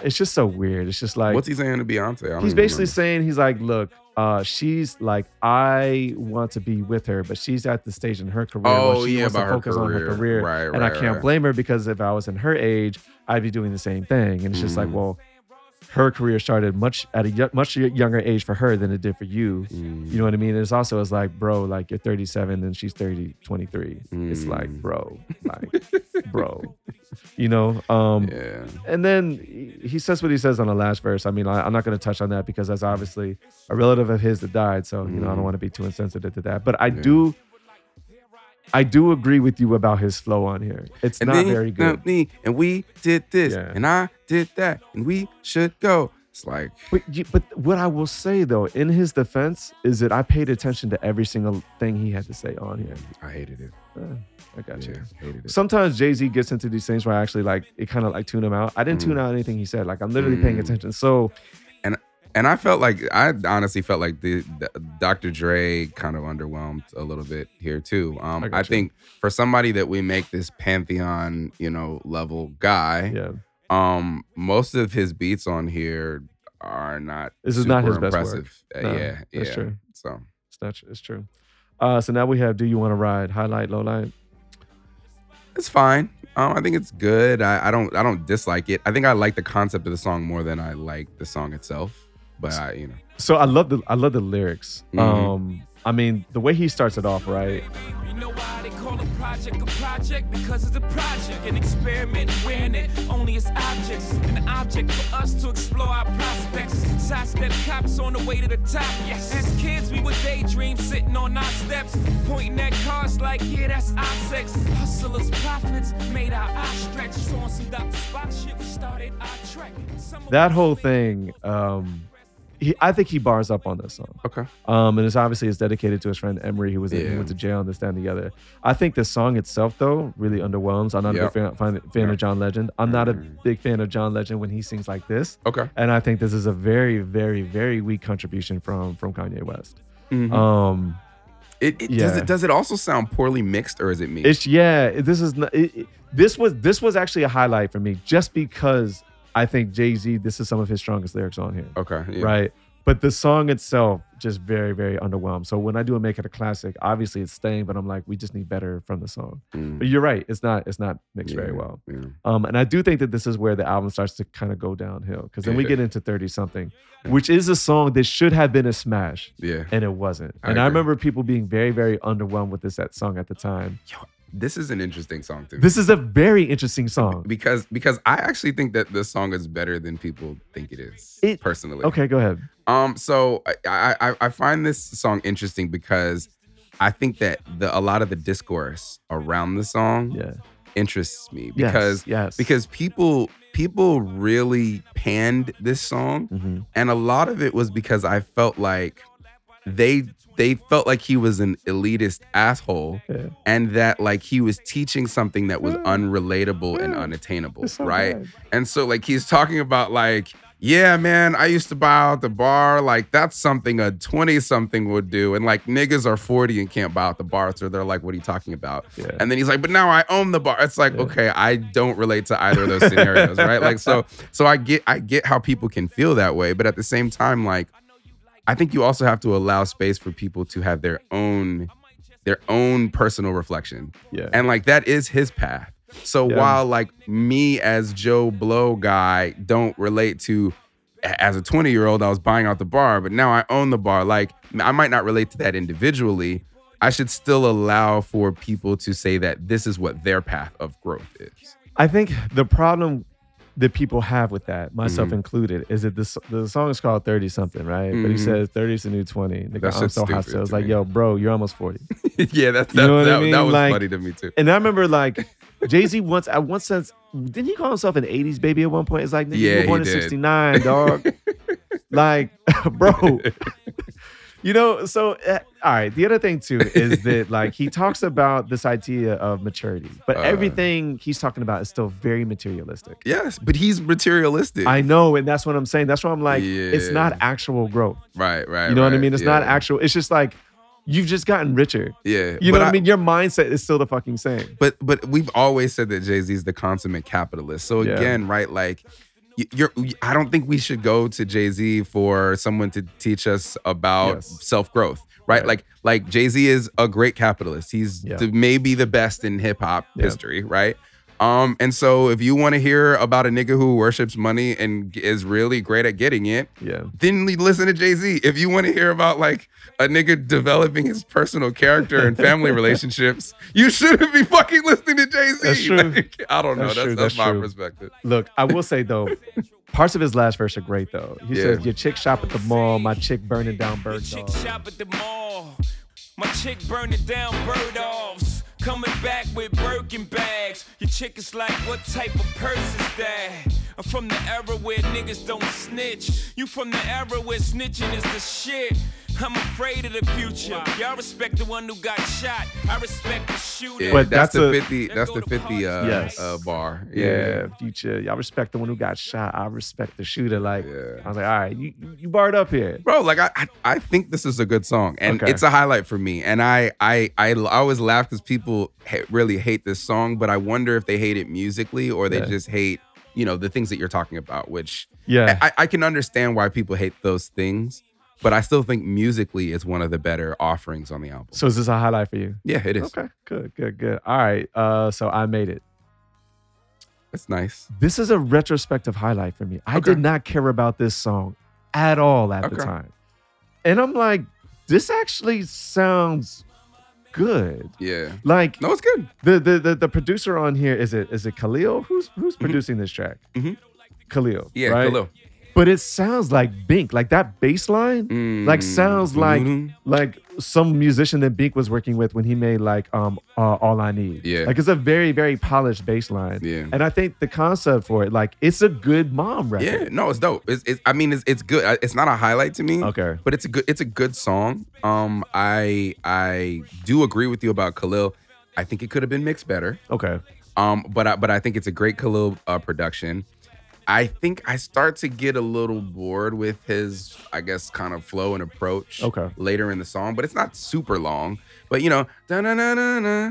Speaker 2: it's just so weird. It's just like
Speaker 1: What's he saying to Beyonce? I don't
Speaker 2: he's
Speaker 1: even
Speaker 2: basically
Speaker 1: remember.
Speaker 2: saying he's like, look, uh, she's like, I want to be with her, but she's at the stage in her career
Speaker 1: Oh,
Speaker 2: where she
Speaker 1: yeah,
Speaker 2: wants to
Speaker 1: about her
Speaker 2: focus on her
Speaker 1: career.
Speaker 2: career,
Speaker 1: Right,
Speaker 2: and I
Speaker 1: right,
Speaker 2: can't
Speaker 1: right.
Speaker 2: blame her because if I was in her age, I'd be doing the same thing. And it's just like,
Speaker 1: Mm.
Speaker 2: well, her career started much at a yo- much younger age for her than it did for you. You
Speaker 1: Mm.
Speaker 2: know what I mean? And it's also it's like, bro, like you're 37 and she's 30, 23. It's like,
Speaker 1: Mm.
Speaker 2: bro, like, bro, you know. Um,
Speaker 1: yeah.
Speaker 2: and then he- he says what he says on the last verse. I mean, I, I'm not going to touch on that because that's obviously a relative of his that died. So you know,
Speaker 1: Mm.
Speaker 2: I don't want to be too insensitive to that. But I do, I do agree with you about his flow on here. It's not
Speaker 1: then he
Speaker 2: very good.
Speaker 1: dumped me, and we did this,
Speaker 2: Yeah.
Speaker 1: and I did that, and we should go. It's like,
Speaker 2: But, you, but what I will say though, in his defense, is that I paid attention to every single thing he had to say on here. Eh,
Speaker 1: I hated it.
Speaker 2: I got you.
Speaker 1: Yeah, hated it.
Speaker 2: Sometimes Jay Z gets into these things where I actually like it, kind of like tune him out. I didn't
Speaker 1: Mm.
Speaker 2: tune out anything he said. Like I'm literally paying attention. So
Speaker 1: And and I felt like I honestly felt like the, the Dr. Dre kind of underwhelmed a little bit here too. Um,
Speaker 2: I
Speaker 1: I,
Speaker 2: gotcha.
Speaker 1: think for somebody that we make this pantheon, you know, level guy,
Speaker 2: yeah,
Speaker 1: um, most of his beats on here are not.
Speaker 2: This is not
Speaker 1: super
Speaker 2: his best work.
Speaker 1: impressive. Uh,
Speaker 2: No,
Speaker 1: yeah,
Speaker 2: that's
Speaker 1: yeah.
Speaker 2: true.
Speaker 1: So
Speaker 2: it's not. It's true. Uh, so now we have Do You Want to Ride? Highlight, low light.
Speaker 1: It's fine. Um, I think it's good. I, I don't I don't dislike it. I think I like the concept of the song more than I like the song itself. But I, you know,
Speaker 2: So I love the I love the lyrics.
Speaker 1: Mhm.
Speaker 2: Um, I mean the way he starts it off, right?
Speaker 3: You know why they call a project a project? Because it's a project, an experiment, wearing it only as objects. An object for us to explore our prospects. Sidestep cops on the way to the top, yes. As kids, we would daydream sitting on our steps, pointing at cars like, yeah, that's our sex. Hustlers, profits made our eye stretch. So on some Dr. Spock shit, we started our trek. Some of
Speaker 2: That whole thing. Um, he, I think he bars up on this song.
Speaker 1: okay.
Speaker 2: Um, and it's obviously it's dedicated to his friend Emery, who was in, who
Speaker 1: Yeah.
Speaker 2: went to jail and this that, and the other. I think the song itself though really underwhelms. I'm not
Speaker 1: Yep. Mm-hmm.
Speaker 2: a big fan, fan, fan of John Legend. I'm not a big fan of John Legend when he sings like this.
Speaker 1: Okay.
Speaker 2: And I think this is a very, very, very weak contribution from from Kanye West.
Speaker 1: Mm-hmm.
Speaker 2: Um,
Speaker 1: It, it does
Speaker 2: Yeah.
Speaker 1: it does it also sound poorly mixed or is it me?
Speaker 2: it's yeah. This is not, it, it- this was this was actually a highlight for me just because I think Jay Z. This is some of his strongest lyrics on here.
Speaker 1: okay. Oh, yeah.
Speaker 2: right? But the song itself just very, very underwhelmed. So when I do a make it a classic, obviously it's staying, but I'm like, we just need better from the song.
Speaker 1: Mm,
Speaker 2: But you're right, it's not, it's not mixed very
Speaker 1: Yeah.
Speaker 2: well.
Speaker 1: yeah.
Speaker 2: Um, and I do think that this is where the album starts to kind of go downhill because then we
Speaker 1: Yeah.
Speaker 2: get into 30 something, which is a song that should have been a smash.
Speaker 1: Yeah.
Speaker 2: And it wasn't.
Speaker 1: I
Speaker 2: and I
Speaker 1: agree.
Speaker 2: remember people being very, very underwhelmed with this that song at the time.
Speaker 1: This is an interesting song to me.
Speaker 2: This is a very interesting song.
Speaker 1: because because I actually think that this song is better than people think it is.
Speaker 2: It-
Speaker 1: personally.
Speaker 2: Okay, go ahead.
Speaker 1: Um, so I, I I find this song interesting because I think that the a lot of the discourse around the song
Speaker 2: Yeah.
Speaker 1: interests me
Speaker 2: Yes,
Speaker 1: because
Speaker 2: yes.
Speaker 1: because people people really panned this song
Speaker 2: Mhm.
Speaker 1: and a lot of it was because I felt like they they felt like he was an elitist asshole
Speaker 2: Yeah.
Speaker 1: and that like he was teaching something that was
Speaker 2: Yeah.
Speaker 1: unrelatable and
Speaker 2: Yeah.
Speaker 1: unattainable
Speaker 2: Mm. It's so
Speaker 1: right
Speaker 2: bad.
Speaker 1: and so like he's talking about like yeah man i used to buy out the bar like that's something a 20 something would do and like niggas are 40 and can't buy out the bar so they're like what are you talking about
Speaker 2: Yeah.
Speaker 1: and then he's like but now i own the bar it's like okay i don't relate to either of those scenarios right like so so i get i get how people can feel that way but at the same time like I think you also have to allow space for people to have their own their own personal reflection.
Speaker 2: Yeah.
Speaker 1: And like that is his path. So
Speaker 2: Yeah.
Speaker 1: while like me as Joe Blow guy don't relate to a- as a 20 year old, I was buying out the bar, but now I own the bar. Like I might not relate to that individually. I should still allow for people to say that this is what their path of growth is.
Speaker 2: I think the problem that people have with that, myself
Speaker 1: Mhm.
Speaker 2: included, is that this the song is called 30 something, right? But he
Speaker 1: Mhm.
Speaker 2: says 30 is the new 20. Nigga,
Speaker 1: That
Speaker 2: I'm
Speaker 1: shit's
Speaker 2: so hot.
Speaker 1: stupid
Speaker 2: So it's
Speaker 1: to
Speaker 2: like,
Speaker 1: me.
Speaker 2: yo, bro, you're almost 40.
Speaker 1: yeah, that's
Speaker 2: You
Speaker 1: that,
Speaker 2: know what I
Speaker 1: that, that
Speaker 2: mean?
Speaker 1: was
Speaker 2: Like-
Speaker 1: funny to me too.
Speaker 2: And I remember like Jay Z once, I once said, didn't he call himself an 80s baby at one point? It's like, nigga, you
Speaker 1: Yeah,
Speaker 2: were born
Speaker 1: he
Speaker 2: in
Speaker 1: did.
Speaker 2: 69, dog. like, bro. You know, so uh, all right. The other thing too is that like he talks about this idea of maturity, but
Speaker 1: Uh.
Speaker 2: everything he's talking about is still very materialistic.
Speaker 1: Yes, but he's materialistic.
Speaker 2: I know, and that's what I'm saying. That's why I'm like, it's
Speaker 1: Yeah.
Speaker 2: not actual growth.
Speaker 1: right, right.
Speaker 2: You know what I
Speaker 1: right,
Speaker 2: mean? It's
Speaker 1: yeah,
Speaker 2: not actual. It's just like you've just gotten richer.
Speaker 1: Yeah,
Speaker 2: You
Speaker 1: but
Speaker 2: know what I mean? Your mindset is still the fucking same.
Speaker 1: But but we've always said that Jay Z is the consummate capitalist. So
Speaker 2: Yeah.
Speaker 1: again, right? Like, y- you're. I don't think we should go to Jay Z for someone to teach us about
Speaker 2: Yes.
Speaker 1: self growth, right?
Speaker 2: Right.
Speaker 1: Like like Jay Z is a great capitalist. He's
Speaker 2: Yeah.
Speaker 1: the, maybe the best in hip hop
Speaker 2: Yeah.
Speaker 1: history, right? Um, and so if you want to hear about a nigga who worships money and g- is really great at getting it,
Speaker 2: Yeah.
Speaker 1: then le- listen to Jay Z. If you want to hear about like a nigga developing his personal character and family relationships, you shouldn't be fucking listening to Jay Z.
Speaker 2: That's true.
Speaker 1: I don't know.
Speaker 2: That's
Speaker 1: That's,
Speaker 2: true,
Speaker 1: that's,
Speaker 2: that's
Speaker 1: my
Speaker 2: true.
Speaker 1: perspective.
Speaker 2: Look, I will say though, parts of his last verse are great though. He
Speaker 1: Yeah.
Speaker 2: says, "Your chick shop at the mall, my chick burning down bird
Speaker 3: Chick
Speaker 2: dogs."
Speaker 3: shop at the mall. My chick burning down bird offs. Coming back with Birkin bags. Your chick is like, what type of purse is that? I'm from the era where niggas don't snitch. You from the era where snitching is the shit. I'm afraid of the future. Y'all respect the one who got shot. I respect the shooter.
Speaker 1: Yeah,
Speaker 2: But
Speaker 1: that's,
Speaker 2: that's
Speaker 1: the
Speaker 2: a-
Speaker 1: fifty. That's the fifty. Uh,
Speaker 2: Yes.
Speaker 1: uh, bar. Yeah.
Speaker 2: Yeah, future. Y'all respect the one who got shot. I respect the shooter. Like,
Speaker 1: Yeah.
Speaker 2: I was like, all right, you you barred up here.
Speaker 1: Bro, like I, I, I think this is a good song, and
Speaker 2: Okay.
Speaker 1: it's a highlight for me. And I, I, I, l- I always laugh because people ha- really hate this song, but I wonder if they hate it musically or they
Speaker 2: Yeah.
Speaker 1: just hate, you know, the things that you're talking about, which
Speaker 2: Yeah,
Speaker 1: I, I can understand why people hate those things, but I still think musically it's one of the better offerings on the album.
Speaker 2: So is this a highlight for you?
Speaker 1: Yeah, it is.
Speaker 2: Okay, good, good, good. All right. Uh, so I made it.
Speaker 1: It's nice.
Speaker 2: This is a retrospective highlight for me. I
Speaker 1: Okay.
Speaker 2: did not care about this song at all at the
Speaker 1: Okay.
Speaker 2: time, and I'm like, this actually sounds good.
Speaker 1: Yeah.
Speaker 2: Like
Speaker 1: No, it's good.
Speaker 2: the, the the the producer on here is it is it Khalil? Who's who's producing this track?
Speaker 1: Mhm.
Speaker 2: Khalil.
Speaker 1: Mm-hmm. Yeah,
Speaker 2: right?
Speaker 1: Khalil.
Speaker 2: But it sounds like Bink, like that bass line.
Speaker 1: Mm-hmm.
Speaker 2: Like sounds like
Speaker 1: Mm.
Speaker 2: like some musician that Bink was working with when he made like um uh, All I Need.
Speaker 1: Yeah.
Speaker 2: Like it's a very very polished bass line.
Speaker 1: Yeah.
Speaker 2: And I think the concept for it, like it's a good mom
Speaker 1: Yeah,
Speaker 2: record.
Speaker 1: no, it's dope. It's, it's I mean, it's, it's good. I- It's not a highlight to me.
Speaker 2: Okay.
Speaker 1: but it's a good it's a good song. Um, I I do agree with you about Khalil. I think it could have been mixed better.
Speaker 2: Okay.
Speaker 1: Um, but I, but I think it's a great Khalil uh, production. I think I start to get a little bored with his, I guess, kind of flow and approach.
Speaker 2: Okay.
Speaker 1: Later in the song, but it's not super long. But you know, da-na-na-na-na,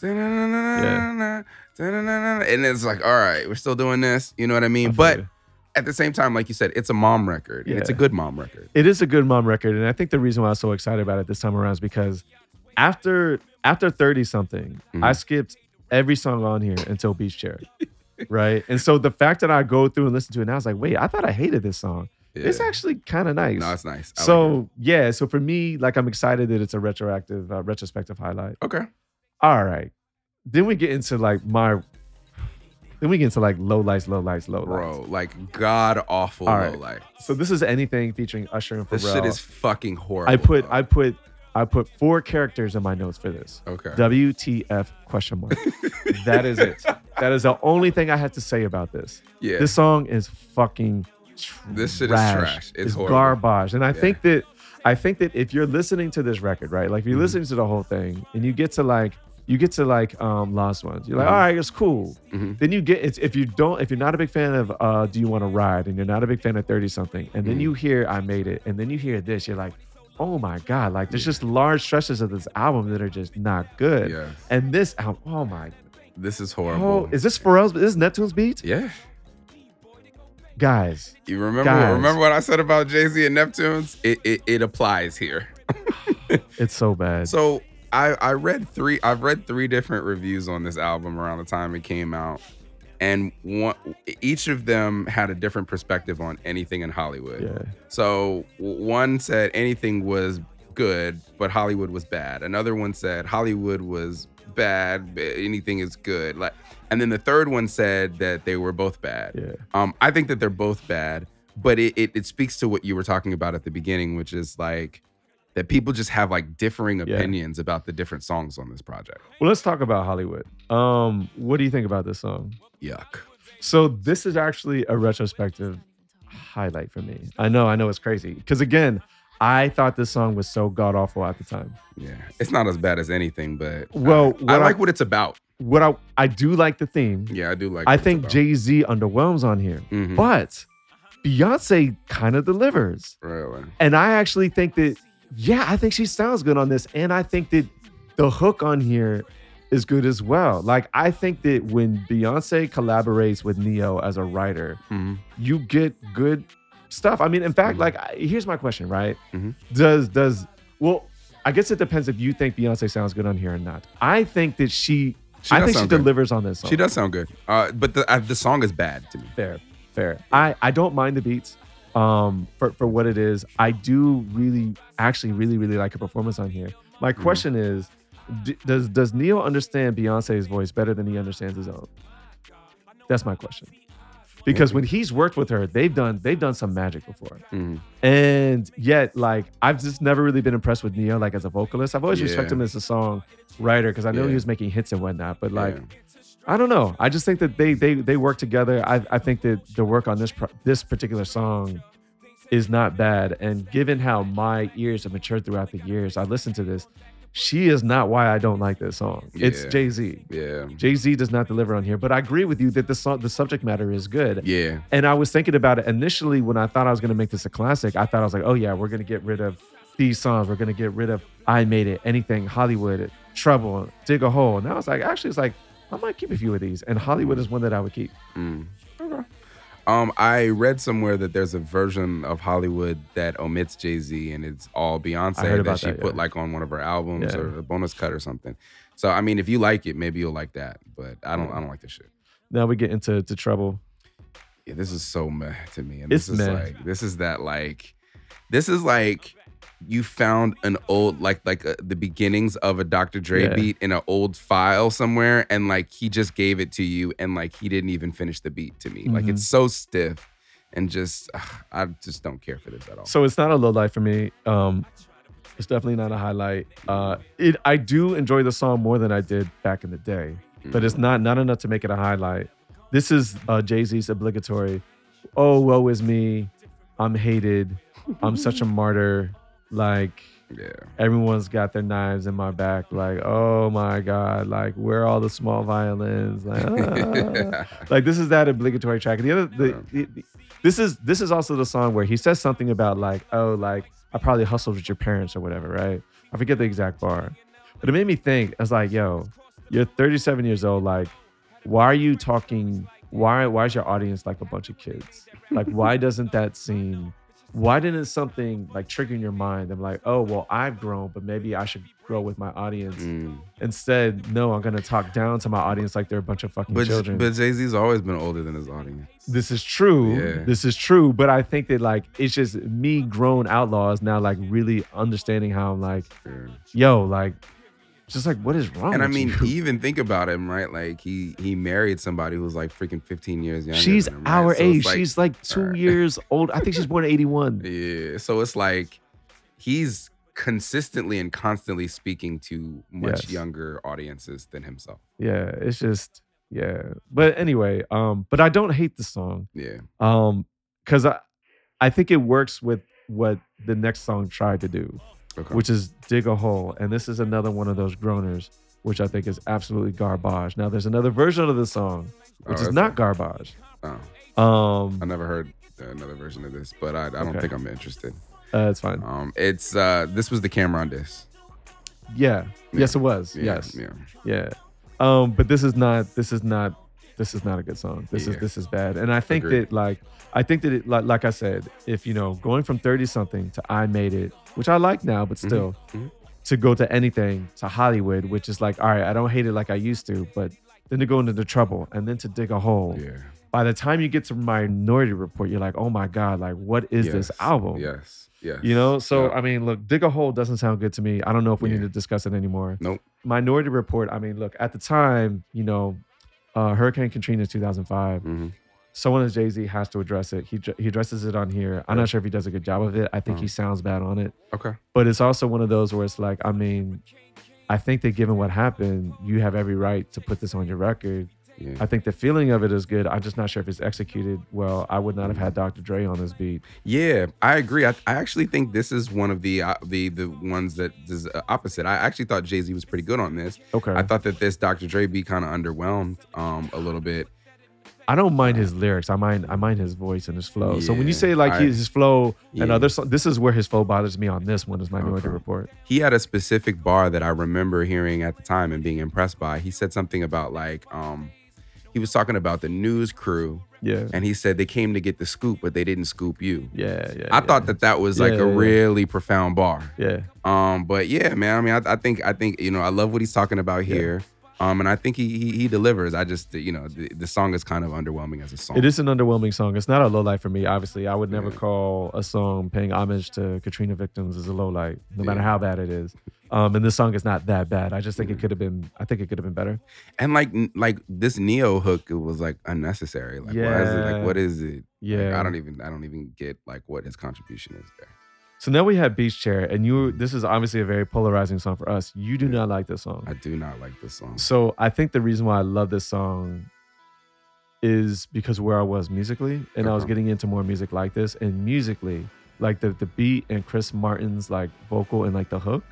Speaker 1: da-na-na-na-na, da-na-na-na-na, and it's like, all right, we're still doing this. You know what I mean?
Speaker 2: I feel
Speaker 1: but
Speaker 2: you.
Speaker 1: at the same time, like you said, it's a mom record. And it's a
Speaker 2: Yeah.
Speaker 1: good mom record.
Speaker 2: It is a good mom record, and I think the reason why I was so excited about it this time around is because after after thirty something,
Speaker 1: Mhm.
Speaker 2: I skipped every song on here until Beach Chair, right? And so the fact that I go through and listen to it, now, I was like, wait, I thought I hated this song. It's
Speaker 1: Yeah.
Speaker 2: actually kind of nice.
Speaker 1: no, it's nice. I like
Speaker 2: so yeah, so for me, like I'm excited that it's a retroactive, uh, retrospective highlight.
Speaker 1: it. okay,
Speaker 2: All right, then we get into like my, then we get into like low lights, low lights, low lights.
Speaker 1: bro, like god awful
Speaker 2: All
Speaker 1: low
Speaker 2: right.
Speaker 1: life.
Speaker 2: So this is anything featuring Usher and Pharrell.
Speaker 1: This shit is fucking horrible.
Speaker 2: I put
Speaker 1: bro.
Speaker 2: I put I put four characters in my notes for this.
Speaker 1: okay.
Speaker 2: WTF question mark. that is it. That is the only thing I had to say about this.
Speaker 1: Yeah.
Speaker 2: This song is fucking trash.
Speaker 1: This shit is trash. It's horrible.
Speaker 2: garbage. And I
Speaker 1: Yeah. Mm-hmm.
Speaker 2: think that I think that if you're listening to this record, right? Like if you're listening to the whole thing and you get to like you get to like um Lost Ones, you're like,
Speaker 1: Mhm.
Speaker 2: all right, it's cool.
Speaker 1: Mhm.
Speaker 2: Then you get it's if you don't if you're not a big fan of uh Do You Want to Ride and you're not a big fan of 30 something, and then
Speaker 1: Mhm.
Speaker 2: you hear I made it, and then you hear this, you're like, oh my God, like there's just large stretches of this album that are just not good.
Speaker 1: Yeah.
Speaker 2: And this album, oh my
Speaker 1: This is
Speaker 2: Oh,
Speaker 1: horrible.
Speaker 2: is this Pharrell's? Is this Neptune's beat?
Speaker 1: yeah.
Speaker 2: Guys,
Speaker 1: You remember
Speaker 2: Guys.
Speaker 1: remember what I said about Jay Z and Neptunes? It, it it applies here.
Speaker 2: it's so bad.
Speaker 1: So I I read three I've read three different reviews on this album around the time it came out, and one each of them had a different perspective on anything in Hollywood.
Speaker 2: yeah.
Speaker 1: So w- one said anything was good, but Hollywood was bad. Another one said Hollywood was bad, but anything is good. Like, and then the third one said that they were both bad.
Speaker 2: Yeah.
Speaker 1: Um, I think that they're both bad, but it, it it speaks to what you were talking about at the beginning, which is like that people just have like differing
Speaker 2: Yeah.
Speaker 1: opinions about the different songs on this project.
Speaker 2: Well, let's talk about Hollywood. Um, what do you think about this song?
Speaker 1: Yuck.
Speaker 2: So this is actually a retrospective highlight for me. I know, I know it's crazy. Because again, I thought this song was so god awful at the time.
Speaker 1: Yeah. It's not as bad as anything, but I-
Speaker 2: Well,
Speaker 1: I,
Speaker 2: what I-
Speaker 1: like what it's about.
Speaker 2: What I I do like the theme.
Speaker 1: Yeah, I do like.
Speaker 2: I
Speaker 1: what it's
Speaker 2: think
Speaker 1: about.
Speaker 2: Jay Z underwhelms on here,
Speaker 1: Mhm.
Speaker 2: but Beyonce kind of delivers.
Speaker 1: Really.
Speaker 2: And I actually think that, yeah, I think she sounds good on this. And I think that the hook on here is good as well. Like, I think that when Beyonce collaborates with Neo as a writer,
Speaker 1: Mhm.
Speaker 2: you get good stuff. I mean, in fact,
Speaker 1: Mhm.
Speaker 2: like, I, here's my question, right?
Speaker 1: Mhm.
Speaker 2: Does, does, well, I guess it depends if you think Beyonce sounds good on here or not. I think that she,
Speaker 1: She
Speaker 2: I
Speaker 1: does
Speaker 2: think she
Speaker 1: sound good.
Speaker 2: delivers on this song.
Speaker 1: She does sound good, uh, but the uh, the song is bad to me.
Speaker 2: Fair, fair. I I don't mind the beats. Um, for for what it is, I do really, actually, really, really like her performance on here. My question is, d- does does Neil understand Beyonce's voice better than he understands his own? That's my question. Because when he's worked with her, they've done they've done some magic before,
Speaker 1: Mhm.
Speaker 2: and yet like I've just never really been impressed with Neil like as a vocalist. I've always
Speaker 1: Yeah.
Speaker 2: respected him as a song writer because I know
Speaker 1: Yeah.
Speaker 2: he was making hits and whatnot, but like
Speaker 1: Yeah.
Speaker 2: I don't know. I just think that they they they work together. I I think that the work on this pro- this particular song is not bad. And given how my ears have matured throughout the years, I listened to this. She is not why I don't like this song. It's
Speaker 1: Yeah.
Speaker 2: Jay Z.
Speaker 1: yeah,
Speaker 2: Jay Z does not deliver on here, but I agree with you that the song, the subject matter is good.
Speaker 1: yeah,
Speaker 2: And I was thinking about it initially when I thought I was going to make this a classic. I thought I was like, oh yeah, we're going to get rid of these songs. We're going to get rid of I Made It, Anything, Hollywood, Trouble, Dig a Hole. And I was like, actually, it's like, I might keep a few of these. And Hollywood is one that I would keep.
Speaker 1: Mm. Okay. Um, I read somewhere that there's a version of Hollywood that omits Jay Z and it's all Beyonce
Speaker 2: I heard
Speaker 1: that
Speaker 2: about
Speaker 1: she
Speaker 2: that,
Speaker 1: put
Speaker 2: yeah.
Speaker 1: like on one of her albums
Speaker 2: Yeah.
Speaker 1: or a bonus cut or something. So I mean, if you like it, maybe you'll like that. But I don't. I don't like this shit.
Speaker 2: Now we get into to Trouble.
Speaker 1: Yeah, this is so meh to me. And
Speaker 2: It's
Speaker 1: this is
Speaker 2: meh.
Speaker 1: like this is that like this is like you found an old like like uh, the beginnings of a Dr. Dre
Speaker 2: Yeah.
Speaker 1: beat in an old file somewhere and like he just gave it to you and like he didn't even finish the beat to me. Like
Speaker 2: Mhm.
Speaker 1: it's so stiff and just ugh, I just don't care for this at all.
Speaker 2: So it's not a low light for me. Um, it's definitely not a highlight. Uh, it I do enjoy the song more than I did back in the day, but it's not not enough to make it a highlight. This is uh, Jay Z's obligatory. Oh, woe is me. I'm hated. I'm such a martyr. Like
Speaker 1: yeah.
Speaker 2: everyone's got their knives in my back. Like oh my god. Like where are all the small violins? Like ah. like this is that obligatory track. The other, the, the- the- this is this is also the song where he says something about like, oh, like I probably hustled with your parents or whatever, right? I forget the exact bar, but it made me think. I was like, yo, you're 37 years old. Like, why are you talking? Why why is your audience like a bunch of kids? Like, why doesn't that seem? Why didn't something like trigger in your mind? I'm like, oh well, I've grown, but maybe I should grow with my audience.
Speaker 1: Mm.
Speaker 2: Instead, no, I'm gonna talk down to my audience like they're a bunch of fucking
Speaker 1: But
Speaker 2: children.
Speaker 1: but Jay Z's always been older than his audience.
Speaker 2: This is true.
Speaker 1: Yeah.
Speaker 2: This is true. But I think that like it's just me grown outlaws now like really understanding how I'm like,
Speaker 1: Yeah.
Speaker 2: yo, like just like what is wrong?
Speaker 1: And I
Speaker 2: with
Speaker 1: mean,
Speaker 2: you?
Speaker 1: even think about him, right? Like he he married somebody who was like freaking 15 years younger.
Speaker 2: she's
Speaker 1: than him, right?
Speaker 2: our
Speaker 1: So it's
Speaker 2: age.
Speaker 1: like-
Speaker 2: she's like two
Speaker 1: alright.
Speaker 2: years old. I think she's born in 81.
Speaker 1: Yeah. So it's like he's consistently and constantly speaking to much
Speaker 2: Yes.
Speaker 1: younger audiences than himself.
Speaker 2: Yeah. It's just yeah. But anyway, um, but I don't hate the song.
Speaker 1: Yeah.
Speaker 2: Um, because I I think it works with what the next song tried to do.
Speaker 1: Okay.
Speaker 2: which is Dig a Hole. And this is another one of those groaners, which I think is absolutely garbage. Now, there's another version of the song,
Speaker 1: Oh,
Speaker 2: which is
Speaker 1: that's-
Speaker 2: not garbage.
Speaker 1: oh,
Speaker 2: Um,
Speaker 1: I never heard another version of this, but I, I don't
Speaker 2: Okay.
Speaker 1: think I'm interested.
Speaker 2: uh, it's fine.
Speaker 1: Um, it's uh, this was the Cameron disc.
Speaker 2: Yeah.
Speaker 1: Yeah.
Speaker 2: Yes, it was.
Speaker 1: Yeah,
Speaker 2: yes. Yeah.
Speaker 1: Yeah.
Speaker 2: Um, but this is not. This is not. This is not a good song. This
Speaker 1: Yeah.
Speaker 2: is this is bad. And I think
Speaker 1: Agreed.
Speaker 2: that like I think that it like, like I said, if you know going from thirty something to I made it, which I like now, but still.
Speaker 1: mhm.
Speaker 2: To go to anything to Hollywood, which is like, all right, I don't hate it like I used to, but then to go into the trouble and then to dig a hole,
Speaker 1: Yeah.
Speaker 2: by the time you get to Minority Report, you're like, oh my God, like, what is this
Speaker 1: Yes.
Speaker 2: album?
Speaker 1: Yes. Yeah.
Speaker 2: You know, so
Speaker 1: Yeah.
Speaker 2: I mean, look, dig a hole doesn't sound good to me. I don't know if we
Speaker 1: Yeah.
Speaker 2: need to discuss it anymore.
Speaker 1: Nope.
Speaker 2: Minority Report. I mean, look, at the time, you know, uh, Hurricane Katrina is 2005.
Speaker 1: hmm
Speaker 2: Someone as Jay Z has to address it. He dr- he addresses it on here. I'm not sure if he does a good job of it. I think
Speaker 1: Uh-huh.
Speaker 2: he sounds bad on it,
Speaker 1: Okay.
Speaker 2: but it's also one of those where it's like, I mean, I think that given what happened, you have every right to put this on your record.
Speaker 1: Yeah.
Speaker 2: I think the feeling of it is good. I'm just not sure if it's executed well. I would not have had Dr. Dre on this beat.
Speaker 1: Yeah, I agree. I, I actually think this is one of the uh, the the ones that is uh, opposite. I actually thought Jay Z was pretty good on this.
Speaker 2: Okay.
Speaker 1: I thought that this Dr. Dre beat kind of underwhelmed um a little bit.
Speaker 2: I don't mind his lyrics. I mind I mind his voice and his flow. so when you
Speaker 1: Yeah,
Speaker 2: say like
Speaker 1: I-
Speaker 2: his, his flow and
Speaker 1: Yeah.
Speaker 2: other songs, this is where his flow bothers me on this one is Minority
Speaker 1: Okay.
Speaker 2: Report.
Speaker 1: He had a specific bar that I remember hearing at the time and being impressed by. He said something about like um he was talking about the news crew
Speaker 2: Yeah.
Speaker 1: and he said they came to get the scoop but they didn't scoop you.
Speaker 2: Yeah. Yeah.
Speaker 1: I thought that that was like
Speaker 2: Yeah,
Speaker 1: a
Speaker 2: yeah, yeah.
Speaker 1: really profound bar.
Speaker 2: Yeah.
Speaker 1: Um, but yeah, man. I mean, I, I think I think you know I love what he's talking about here. Um, and I think he he, he delivers. I just you know the, the song is kind of underwhelming as a song.
Speaker 2: It is an underwhelming song. It's not a low light for me, obviously. I would never
Speaker 1: Yeah.
Speaker 2: call a song paying homage to Katrina victims as a low light, no matter
Speaker 1: Yeah.
Speaker 2: how bad it is. Um, and this song is not that bad. I just think it
Speaker 1: Yeah.
Speaker 2: could have been I think it could have been better.
Speaker 1: And like n- like this Neo hook, it was like unnecessary. Like why is it
Speaker 2: Yeah.
Speaker 1: like what is it? Like,
Speaker 2: Yeah.
Speaker 1: I don't e even I don't even get like what his contribution is there.
Speaker 2: so now we have Beach Chair, and you this is obviously a very polarizing song for us. You do not like this song.
Speaker 1: I do not like this song.
Speaker 2: So I think the reason why I love this song is because where I was musically, and I was
Speaker 1: Uh-huh.
Speaker 2: getting into more music like this, and musically, like the the beat and Chris Martin's like vocal and like the hook,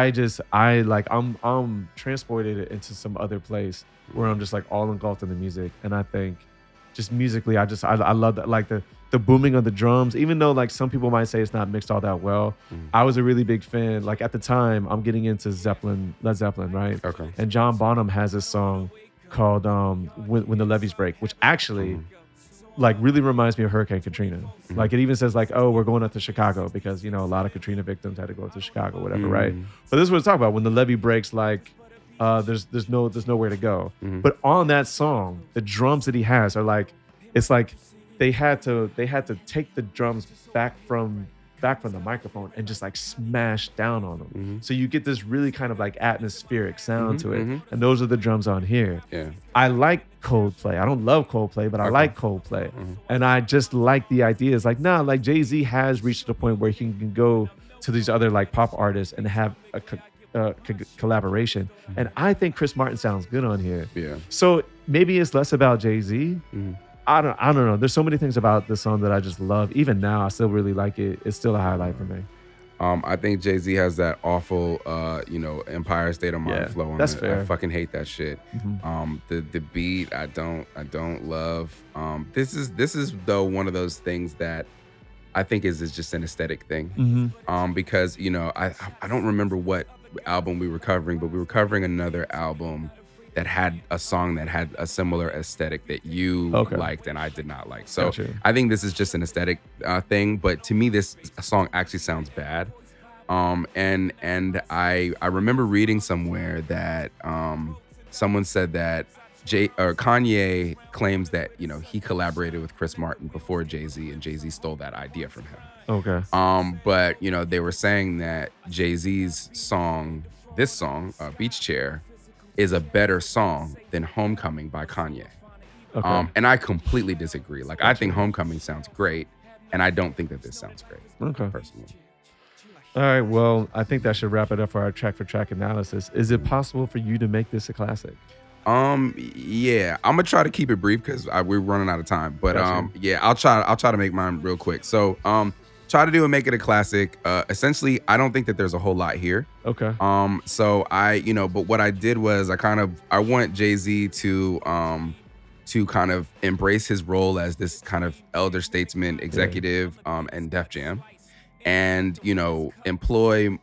Speaker 2: I just I like I'm I'm transported into some other place where I'm just like all engulfed in the music, and I think just musically, I just I, I love that like the the booming of the drums, even though like some people might say it's not mixed all that well.
Speaker 1: Mhm.
Speaker 2: I was a really big fan. Like at the time, I'm getting into Zeppelin, Led Zeppelin, right?
Speaker 1: Okay.
Speaker 2: and John Bonham has this song called um, when, "When the Levees Break," which actually, like, really reminds me of Hurricane Katrina. Like, it even says like, "Oh, we're going up to Chicago because you know a lot of Katrina victims had to go up to Chicago, whatever." Right?
Speaker 1: Mhm.
Speaker 2: But this is what it's talking about when the levee breaks. Like, uh, there's there's no there's nowhere to go.
Speaker 1: Mhm.
Speaker 2: But on that song, the drums that he has are like, it's like they had to they had to take the drums back from back from the microphone and just like smash down on them.
Speaker 1: Mhm.
Speaker 2: So you get this really kind of like atmospheric sound
Speaker 1: Mhm,
Speaker 2: to it.
Speaker 1: mhm.
Speaker 2: And those are the drums on here.
Speaker 1: Yeah.
Speaker 2: I like Coldplay. I don't love Coldplay, but I
Speaker 1: Okay. Mm-hmm.
Speaker 2: like Coldplay. And I just like the ideas. Like, nah, like Jay Z has reached the point where he can, can go to these other like pop artists and have a co- uh, co- collaboration.
Speaker 1: Mm-hmm.
Speaker 2: And I think Chris Martin sounds good on here.
Speaker 1: Yeah.
Speaker 2: So maybe it's less about Jay Z.
Speaker 1: Mhm.
Speaker 2: I don't, I don't know. There's so many things about this song that I just love. Even now, I still really like it. It's still a highlight for me.
Speaker 1: Um, I think Jay Z has that awful, uh, you know, Empire State of Mind
Speaker 2: Yeah,
Speaker 1: flow. On
Speaker 2: that's
Speaker 1: it. I
Speaker 2: fair.
Speaker 1: fucking hate that shit.
Speaker 2: Mhm.
Speaker 1: Um, the the beat, I don't, I don't love. Um, this is this is though one of those things that I think is is just an aesthetic thing.
Speaker 2: Mhm.
Speaker 1: Um, because you know, I I don't remember what album we were covering, but we were covering another album that had a song that had a similar aesthetic that you
Speaker 2: Okay.
Speaker 1: liked and I did not like. So
Speaker 2: Gotcha.
Speaker 1: I think this is just an aesthetic uh, thing, but to me, this song actually sounds bad. Um, and and I I remember reading somewhere that um, someone said that Jay or Kanye claims that you know he collaborated with Chris Martin before Jay Z, and Jay Z stole that idea from him.
Speaker 2: Okay.
Speaker 1: Um, but you know, they were saying that Jay Z's song, this song, uh, Beach Chair, is a better song than Homecoming by Kanye.
Speaker 2: Okay.
Speaker 1: Um, and I completely disagree. Like, I think Homecoming sounds great, and I don't think that this sounds great.
Speaker 2: Okay.
Speaker 1: Personally,
Speaker 2: All right. Well, I think that should wrap it up for our track for track analysis. Is it possible for you to make this a classic?
Speaker 1: um, yeah, I'm gonna try to keep it brief because we're running out of time. But
Speaker 2: Gotcha.
Speaker 1: um, yeah, I'll try. I'll try to make mine real quick. So um, try to do and make it a classic. Uh, essentially, I don't think that there's a whole lot here.
Speaker 2: Okay.
Speaker 1: Um, so I, you know, but what I did was I kind of I want Jay Z to um to kind of embrace his role as this kind of elder statesman executive um and Def Jam, and you know employ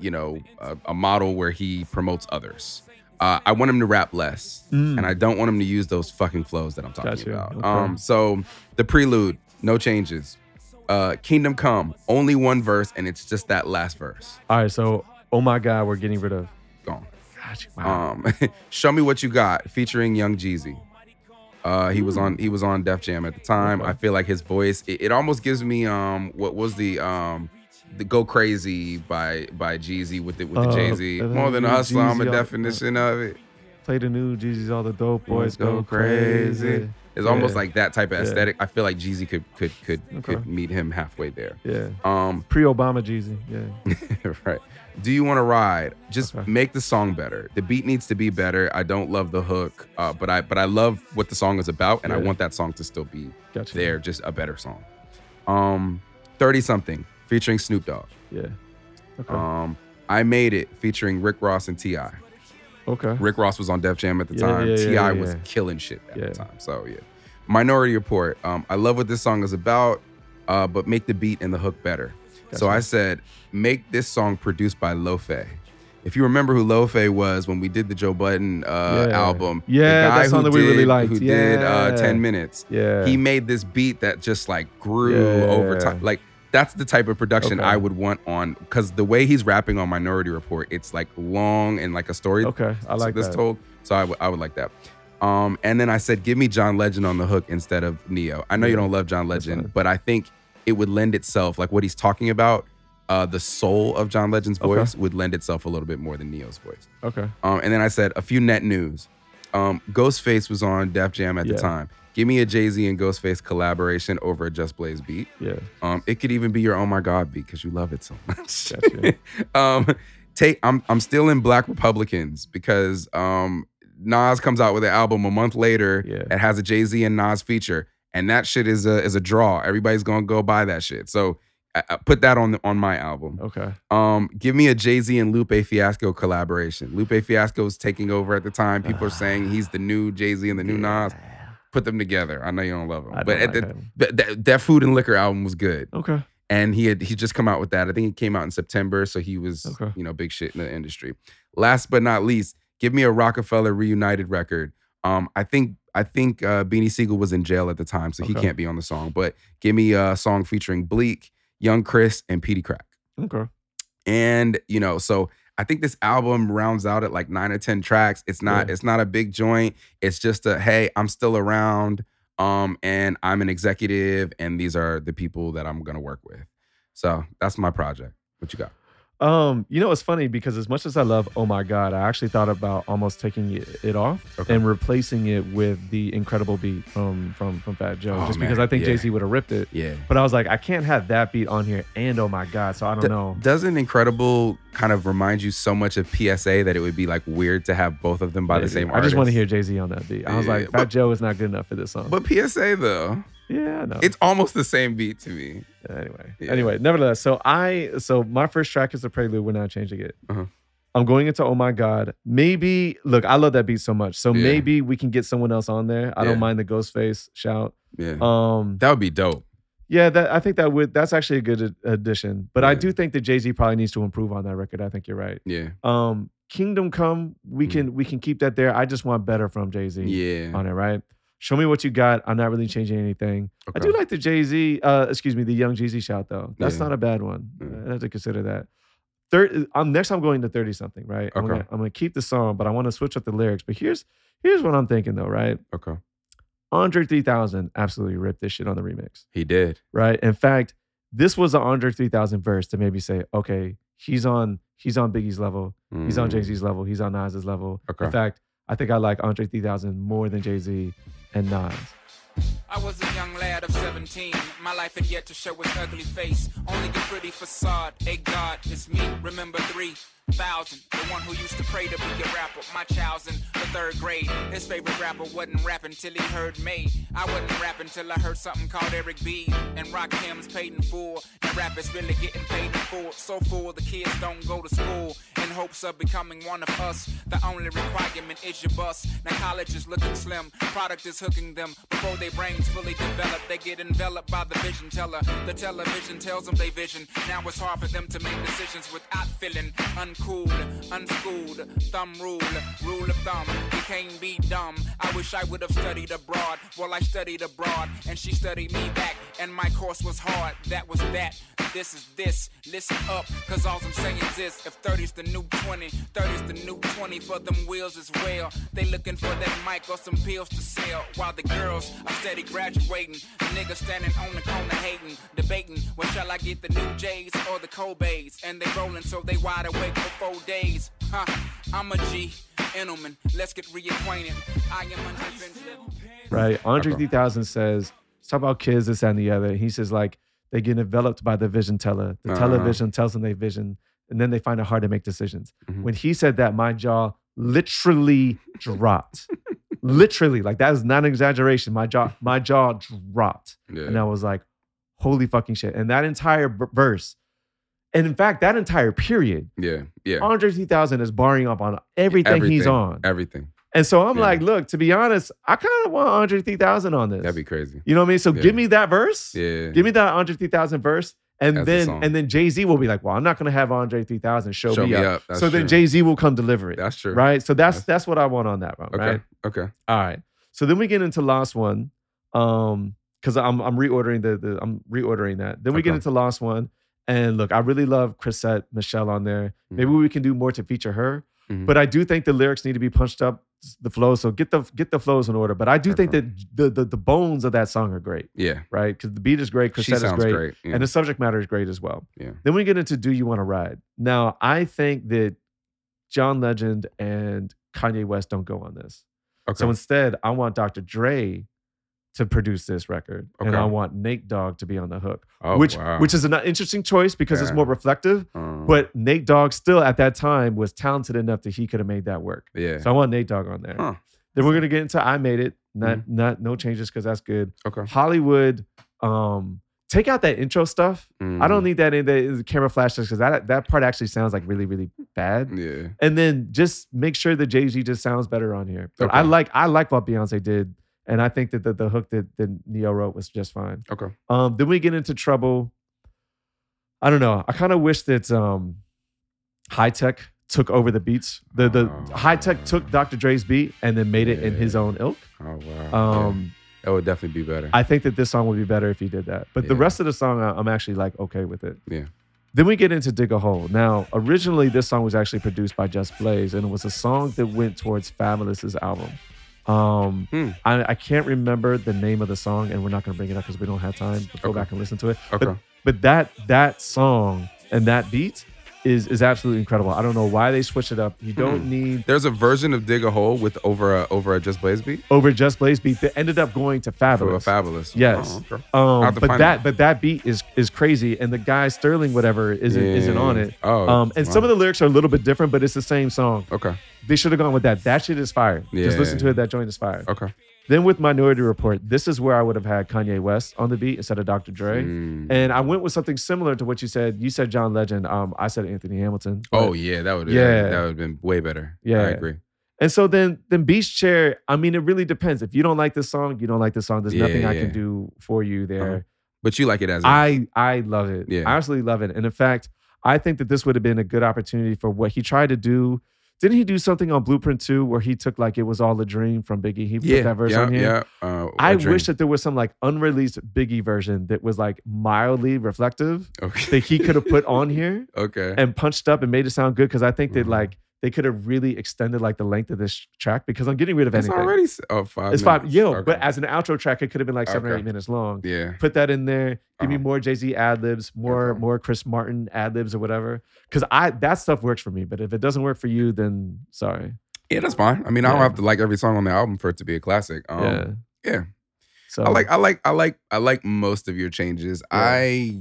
Speaker 1: you know a, a model where he promotes others. Uh, I want him to rap less,
Speaker 2: Mm.
Speaker 1: and I don't want him to use those fucking flows that I'm talking
Speaker 2: Gotcha.
Speaker 1: about.
Speaker 2: Okay.
Speaker 1: Um, so the prelude, no changes. Uh, Kingdom Come, only one verse, and it's just that last verse
Speaker 2: All right. So, oh my God, we're getting rid of.
Speaker 1: gone.
Speaker 2: Gotcha. Wow.
Speaker 1: Um, Show Me What You Got featuring Young Jeezy. Uh, he was on he was on Def Jam at the time.
Speaker 2: Okay.
Speaker 1: I feel like his voice it, it almost gives me um what was the um the Go Crazy by by Jeezy with it with the
Speaker 2: Uh,
Speaker 1: Jay Z.
Speaker 2: uh,
Speaker 1: More than a hustler, I'm a
Speaker 2: Jeezy, uh,
Speaker 1: definition of it.
Speaker 2: Play the new Jeezy's all the dope
Speaker 1: Boys
Speaker 2: boys go,
Speaker 1: go
Speaker 2: crazy.
Speaker 1: crazy. It's almost
Speaker 2: Yeah.
Speaker 1: like that type of
Speaker 2: Yeah.
Speaker 1: aesthetic. I feel like Jeezy could could could could
Speaker 2: Okay.
Speaker 1: meet him halfway there.
Speaker 2: Yeah.
Speaker 1: Um,
Speaker 2: Pre-Obama Jeezy. Yeah.
Speaker 1: right. Do you want to ride? Just
Speaker 2: Okay.
Speaker 1: make the song better. The beat needs to be better. I don't love the hook, uh, but I but I love what the song is about, and I
Speaker 2: Yeah.
Speaker 1: want that song to still be
Speaker 2: Gotcha.
Speaker 1: there, just a better song. Um, thirty something featuring Snoop Dogg.
Speaker 2: Yeah. Okay.
Speaker 1: Um, I made it featuring Rick Ross and Ti.
Speaker 2: okay.
Speaker 1: Rick Ross was on Def Jam at the
Speaker 2: Yeah,
Speaker 1: time.
Speaker 2: yeah, yeah,
Speaker 1: Ti
Speaker 2: yeah,
Speaker 1: was
Speaker 2: yeah.
Speaker 1: killing shit at
Speaker 2: Yeah.
Speaker 1: the time. So yeah, Minority Report. Um, I love what this song is about, uh, but make the beat and the hook better. So
Speaker 2: Gotcha.
Speaker 1: I said, make this song produced by Lofe. If you remember who Lofe was when we did the Joe Budden uh,
Speaker 2: Yeah.
Speaker 1: album,
Speaker 2: Yeah,
Speaker 1: the
Speaker 2: that song that we really liked.
Speaker 1: who did uh,
Speaker 2: Yeah.
Speaker 1: Ten Minutes,
Speaker 2: Yeah.
Speaker 1: he made this beat that just like grew
Speaker 2: Yeah.
Speaker 1: over time. Like that's the type of production
Speaker 2: Okay.
Speaker 1: I would want on because the way he's rapping on Minority Report, it's like long and like a story.
Speaker 2: okay. I like
Speaker 1: this
Speaker 2: that.
Speaker 1: told. So I would I would like that. Um, and then I said, give me John Legend on the hook instead of Neo. I know you don't love John
Speaker 2: fine.
Speaker 1: Legend, but I think it would lend itself, like what he's talking about, uh, the soul of John Legend's
Speaker 2: Okay.
Speaker 1: voice would lend itself a little bit more than Neo's voice.
Speaker 2: okay.
Speaker 1: Um, and then I said a few net news. Um, Ghostface was on Def Jam at
Speaker 2: Yeah.
Speaker 1: the time. Give me a Jay Z and Ghostface collaboration over a Just Blaze beat.
Speaker 2: Yeah.
Speaker 1: Um, it could even be your Oh My God beat because you love it so much.
Speaker 2: Gotcha.
Speaker 1: um, take I'm I'm still in Black Republicans because um, Nas comes out with an album a month later
Speaker 2: Yeah.
Speaker 1: that has a Jay Z and Nas feature, and that shit is a is a draw. Everybody's gonna go buy that shit. So I, I put that on on my album.
Speaker 2: Okay.
Speaker 1: Um, give me a Jay Z and Lupe Fiasco collaboration. Lupe Fiasco is taking over at the time. People are saying he's the new Jay Z and the new Nas. Put them together. I know you don't love him,
Speaker 2: I
Speaker 1: but
Speaker 2: don't
Speaker 1: at
Speaker 2: like
Speaker 1: the,
Speaker 2: him.
Speaker 1: but that, that Food and Liquor album was good
Speaker 2: Okay.
Speaker 1: and he had he just come out with that. I think it came out in September, so he was
Speaker 2: Okay.
Speaker 1: you know big shit in the industry. Last but not least, give me a Rockefeller reunited record. Um, I think I think uh, Beanie Siegel was in jail at the time, so he
Speaker 2: Okay.
Speaker 1: can't be on the song. But give me a song featuring Bleak, Young Chris, and Petey Crack.
Speaker 2: Okay.
Speaker 1: And you know, so I think this album rounds out at like nine or ten tracks. It's not
Speaker 2: Yeah.
Speaker 1: it's not a big joint. It's just a hey, I'm still around. Um, and I'm an executive, and these are the people that I'm gonna work with. So that's my project. What you got?
Speaker 2: Um, you know, it's funny because as much as I love Oh My God, I actually thought about almost taking it, it off
Speaker 1: Okay.
Speaker 2: and replacing it with the incredible beat from from from Fat Joe,
Speaker 1: Oh,
Speaker 2: just
Speaker 1: man,
Speaker 2: because I think
Speaker 1: yeah.
Speaker 2: Jay Z would have ripped it.
Speaker 1: Yeah.
Speaker 2: But I was like, I can't have that beat on here and Oh My God, so I don't
Speaker 1: D-
Speaker 2: know.
Speaker 1: Doesn't Incredible kind of remind you so much of PSA that it would be like weird to have both of them by the
Speaker 2: Maybe.
Speaker 1: same
Speaker 2: I just want to
Speaker 1: artist?
Speaker 2: hear Jay Z on that beat. I was
Speaker 1: Yeah,
Speaker 2: like, Fat
Speaker 1: but-
Speaker 2: Joe is not good enough for this song.
Speaker 1: But PSA though,
Speaker 2: yeah, no.
Speaker 1: it's almost the same beat to me.
Speaker 2: anyway
Speaker 1: Yeah.
Speaker 2: anyway nevertheless so i so my first track is the prelude we're not changing it
Speaker 1: Uh-huh.
Speaker 2: i'm going into oh my god maybe look i love that beat so much so
Speaker 1: Yeah.
Speaker 2: maybe we can get someone else on there i
Speaker 1: Yeah.
Speaker 2: don't mind the ghost face shout
Speaker 1: Yeah.
Speaker 2: um
Speaker 1: that would be dope.
Speaker 2: yeah that i think that would that's actually a good ad- addition but i
Speaker 1: Yeah.
Speaker 2: do think that jay-z probably needs to improve on that record i think you're right
Speaker 1: Yeah.
Speaker 2: um kingdom come we
Speaker 1: Mhm.
Speaker 2: can we can keep that there i just want better from jay-z
Speaker 1: Yeah.
Speaker 2: on it right show me what you got i'm not really changing anything I do like the Jay Z, uh, excuse me, the Young Jeezy shout though. That's
Speaker 1: Yeah.
Speaker 2: not a bad one.
Speaker 1: Yeah.
Speaker 2: I have to consider that. Third, um, next I'm going to thirty something, right? I'm,
Speaker 1: Okay.
Speaker 2: gonna, I'm gonna keep the song, but I want to switch up the lyrics. But here's here's what I'm thinking though, right?
Speaker 1: Okay.
Speaker 2: Andre 3000 absolutely ripped this shit on the remix,
Speaker 1: He did.
Speaker 2: right? In fact, this was the Andre 3000 verse to maybe say, okay, he's on he's on Biggie's level, he's on
Speaker 1: Mm.
Speaker 2: Jay Z's level, he's on Nas's level.
Speaker 1: Okay.
Speaker 2: In fact, I think I like Andre 3000 more than Jay Z and Nas.
Speaker 3: I was a young lad of 17. My life had yet to show its ugly face. Only the pretty facade. A God, it's me. Remember three thousand. The one who used to pray to be a rapper. My child's in the third grade. His favorite rapper wasn't rapping till he heard me. I wasn't rapping till I heard something called Eric B. And rock hymns paid in full. And rap is really getting paid in full. So full the kids don't go to school. In hopes of becoming one of us. The only requirement is your bus. Now college is looking slim. Product is hooking them. Before their brains fully develop, they get enveloped by the vision teller. The television tells them they vision. Now it's hard for them to make decisions without feeling uncool, unschooled. Thumb rule, rule of thumb. You can't be dumb. I wish I would have studied abroad. Well, I studied abroad, and she studied me back. And my course was hard, that was that. This is this, listen up, cause all I'm saying is this. If 30's the new 20, 30's the new 20 for them wheels as well. They looking for that mic or some pills to sell. While the girls are steady graduating, niggas standing on the corner hating, debating, well, shall I get the new J's or the Kobe's? And they rolling so they wide awake for four days. Huh, I'm a G. Gentleman, let's get reacquainted. I am an
Speaker 2: right? Andre 3000 says, let's talk about kids, this that, and the other. And he says, like, they get enveloped by the vision teller. The
Speaker 1: Uh-huh.
Speaker 2: television tells them their vision, and then they find it hard to make decisions.
Speaker 1: Mhm.
Speaker 2: When he said that, my jaw literally dropped. literally, like that is not an exaggeration. My jaw, my jaw dropped. And
Speaker 1: Yeah.
Speaker 2: I was like, holy fucking shit. And that entire b- verse, and in fact, that entire period,
Speaker 1: Yeah. Yeah.
Speaker 2: Andre 3000 is barring up on everything, he's
Speaker 1: Everything.
Speaker 2: on.
Speaker 1: Everything.
Speaker 2: And so I'm
Speaker 1: Yeah.
Speaker 2: like, look, to be honest, I kind of want Andre 3000 on this.
Speaker 1: That'd be crazy.
Speaker 2: You know what I mean? So
Speaker 1: Yeah.
Speaker 2: give me that verse.
Speaker 1: Yeah.
Speaker 2: Give me that Andre 3000 verse. And
Speaker 1: As a
Speaker 2: then
Speaker 1: song.
Speaker 2: and then Jay Z will be like, well, I'm not gonna have Andre 3000 show,
Speaker 1: Show
Speaker 2: me,
Speaker 1: me
Speaker 2: up.
Speaker 1: up. That's
Speaker 2: So then
Speaker 1: true.
Speaker 2: Jay Z will come deliver it,
Speaker 1: That's true.
Speaker 2: right? So that's
Speaker 1: That's-
Speaker 2: that's what I want on that one,
Speaker 1: Okay.
Speaker 2: right?
Speaker 1: Okay.
Speaker 2: All right. So then we get into last one, um, because I'm I'm reordering the the I'm reordering that. Then we get
Speaker 1: Okay.
Speaker 2: into last one, and look, I really love Chrisette Michelle on there.
Speaker 1: Mm-hmm.
Speaker 2: Maybe we can do more to feature her,
Speaker 1: Mhm.
Speaker 2: but I do think the lyrics need to be punched up the flow. So get the get the flows in order. But I do think
Speaker 1: Okay.
Speaker 2: that the, the the bones of that song are great,
Speaker 1: Yeah.
Speaker 2: right? Because the beat is great,
Speaker 1: She
Speaker 2: Chrisette is
Speaker 1: sounds
Speaker 2: great,
Speaker 1: great. Yeah.
Speaker 2: and the subject matter is great as well.
Speaker 1: Yeah.
Speaker 2: Then we get into Do You Want to Ride? Now I think that John Legend and Kanye West don't go on this.
Speaker 1: okay.
Speaker 2: So instead, I want Dr. Dre to produce this record, and
Speaker 1: Okay.
Speaker 2: I want Nate Dogg to be on the hook,
Speaker 1: oh,
Speaker 2: which
Speaker 1: wow.
Speaker 2: which is an interesting choice because it's
Speaker 1: Yeah.
Speaker 2: more reflective.
Speaker 1: Um,
Speaker 2: But Nate Dogg still at that time was talented enough that he could have made that work.
Speaker 1: yeah.
Speaker 2: So I want Nate Dogg on there.
Speaker 1: Huh. Mm-hmm.
Speaker 2: Then we're gonna get into I Made It. Not not no changes because that's good.
Speaker 1: Okay.
Speaker 2: Hollywood, um, take out that intro stuff. I
Speaker 1: Mm-hmm.
Speaker 2: don't need that in the camera flashes because that that part actually sounds like really really bad
Speaker 1: Mm. Yeah.
Speaker 2: and then just make sure that Jay Z just sounds better on here. But I
Speaker 1: Okay.
Speaker 2: like I like what Beyonce did, and I think that the, the hook that, that Neo wrote was just fine.
Speaker 1: Okay.
Speaker 2: Um, then we get into trouble. I don't know. I kind of wish that um, High Tech took over the beats. The the
Speaker 1: Oh.
Speaker 2: High Tech took Dr. Dre's beat and then made it in his
Speaker 1: Yeah.
Speaker 2: own ilk.
Speaker 1: Oh wow. yeah.
Speaker 2: Um,
Speaker 1: That would definitely be better.
Speaker 2: I think that this song would be better if he did that. But the
Speaker 1: Yeah.
Speaker 2: rest of the song, I- I'm actually like okay with it.
Speaker 1: Yeah.
Speaker 2: Then we get into Dig a Hole. Now, originally, this song was actually produced by Just Blaze, and it was a song that went towards Fabulous's album. Um,
Speaker 1: Hmm.
Speaker 2: I, I can't remember the name of the song, and we're not going to bring it up because we don't have time. But go
Speaker 1: Okay.
Speaker 2: back and listen to it.
Speaker 1: Okay.
Speaker 2: But, but that that song and that beat is is absolutely incredible. I don't know why they switched it up. You don't
Speaker 1: Hmm.
Speaker 2: need
Speaker 1: There's a version of Dig a Hole with over a over a Just Blaze beat
Speaker 2: over Just Blaze beat that ended up going to
Speaker 1: for a
Speaker 2: Fabulous.
Speaker 1: Fabulous.
Speaker 2: Yes.
Speaker 1: Oh, okay. I'll
Speaker 2: Um,
Speaker 1: have to
Speaker 2: but
Speaker 1: find
Speaker 2: that but that beat is is crazy, and the guy Sterling whatever isn't isn't
Speaker 1: Yeah.
Speaker 2: on it.
Speaker 1: Oh,
Speaker 2: um, and some
Speaker 1: wow.
Speaker 2: of the lyrics are a little bit different, but it's the same song.
Speaker 1: Okay.
Speaker 2: They should have gone with that. That shit is fire. Just
Speaker 1: Yeah.
Speaker 2: listen to it. That joint is fire.
Speaker 1: Okay.
Speaker 2: Then with Minority Report, this is where I would have had Kanye West on the beat instead of Dr. Dre.
Speaker 1: Mm.
Speaker 2: And I went with something similar to what you said. You said John Legend. Um, I said Anthony Hamilton.
Speaker 1: Oh
Speaker 2: But-
Speaker 1: yeah, that would
Speaker 2: Yeah.
Speaker 1: yeah that would have been way better.
Speaker 2: Yeah.
Speaker 1: I agree.
Speaker 2: And so then, then Beach Chair. I mean, it really depends. If you don't like this song, you don't like this song. There's
Speaker 1: Yeah,
Speaker 2: nothing I
Speaker 1: yeah.
Speaker 2: can do for you there.
Speaker 1: Uh-huh. But you like it as is.
Speaker 2: I I love it.
Speaker 1: Yeah.
Speaker 2: I absolutely love it. And in fact, I think that this would have been a good opportunity for what he tried to do. Didn't he do something on Blueprint 2 where he took like it was all a dream from Biggie? He
Speaker 1: yeah
Speaker 2: put that verse
Speaker 1: yeah
Speaker 2: on here.
Speaker 1: yeah. Uh,
Speaker 2: I
Speaker 1: a dream.
Speaker 2: wish that there was some like unreleased Biggie version that was like mildly reflective
Speaker 1: okay
Speaker 2: that he could have put on here
Speaker 1: okay
Speaker 2: and punched up and made it sound good because I think that
Speaker 1: Mhm.
Speaker 2: like they could have really extended like the length of this track because I'm getting rid of
Speaker 1: it's
Speaker 2: anything.
Speaker 1: already s- oh five
Speaker 2: it's five,
Speaker 1: minutes.
Speaker 2: yo,
Speaker 1: Okay.
Speaker 2: but as an outro track, it could have been like seven or
Speaker 1: Okay.
Speaker 2: eight minutes long
Speaker 1: yeah
Speaker 2: put that in there. Give me
Speaker 1: Uh-huh.
Speaker 2: more Jay Z ad libs, more
Speaker 1: Okay.
Speaker 2: more Chris Martin ad libs or whatever. Because I that stuff works for me, but if it doesn't work for you, then sorry.
Speaker 1: yeah that's fine. I mean I don't
Speaker 2: Yeah.
Speaker 1: have to like every song on the album for it to be a classic. Um,
Speaker 2: yeah.
Speaker 1: yeah.
Speaker 2: So
Speaker 1: I like I like I like I like most of your changes.
Speaker 2: Yeah.
Speaker 1: I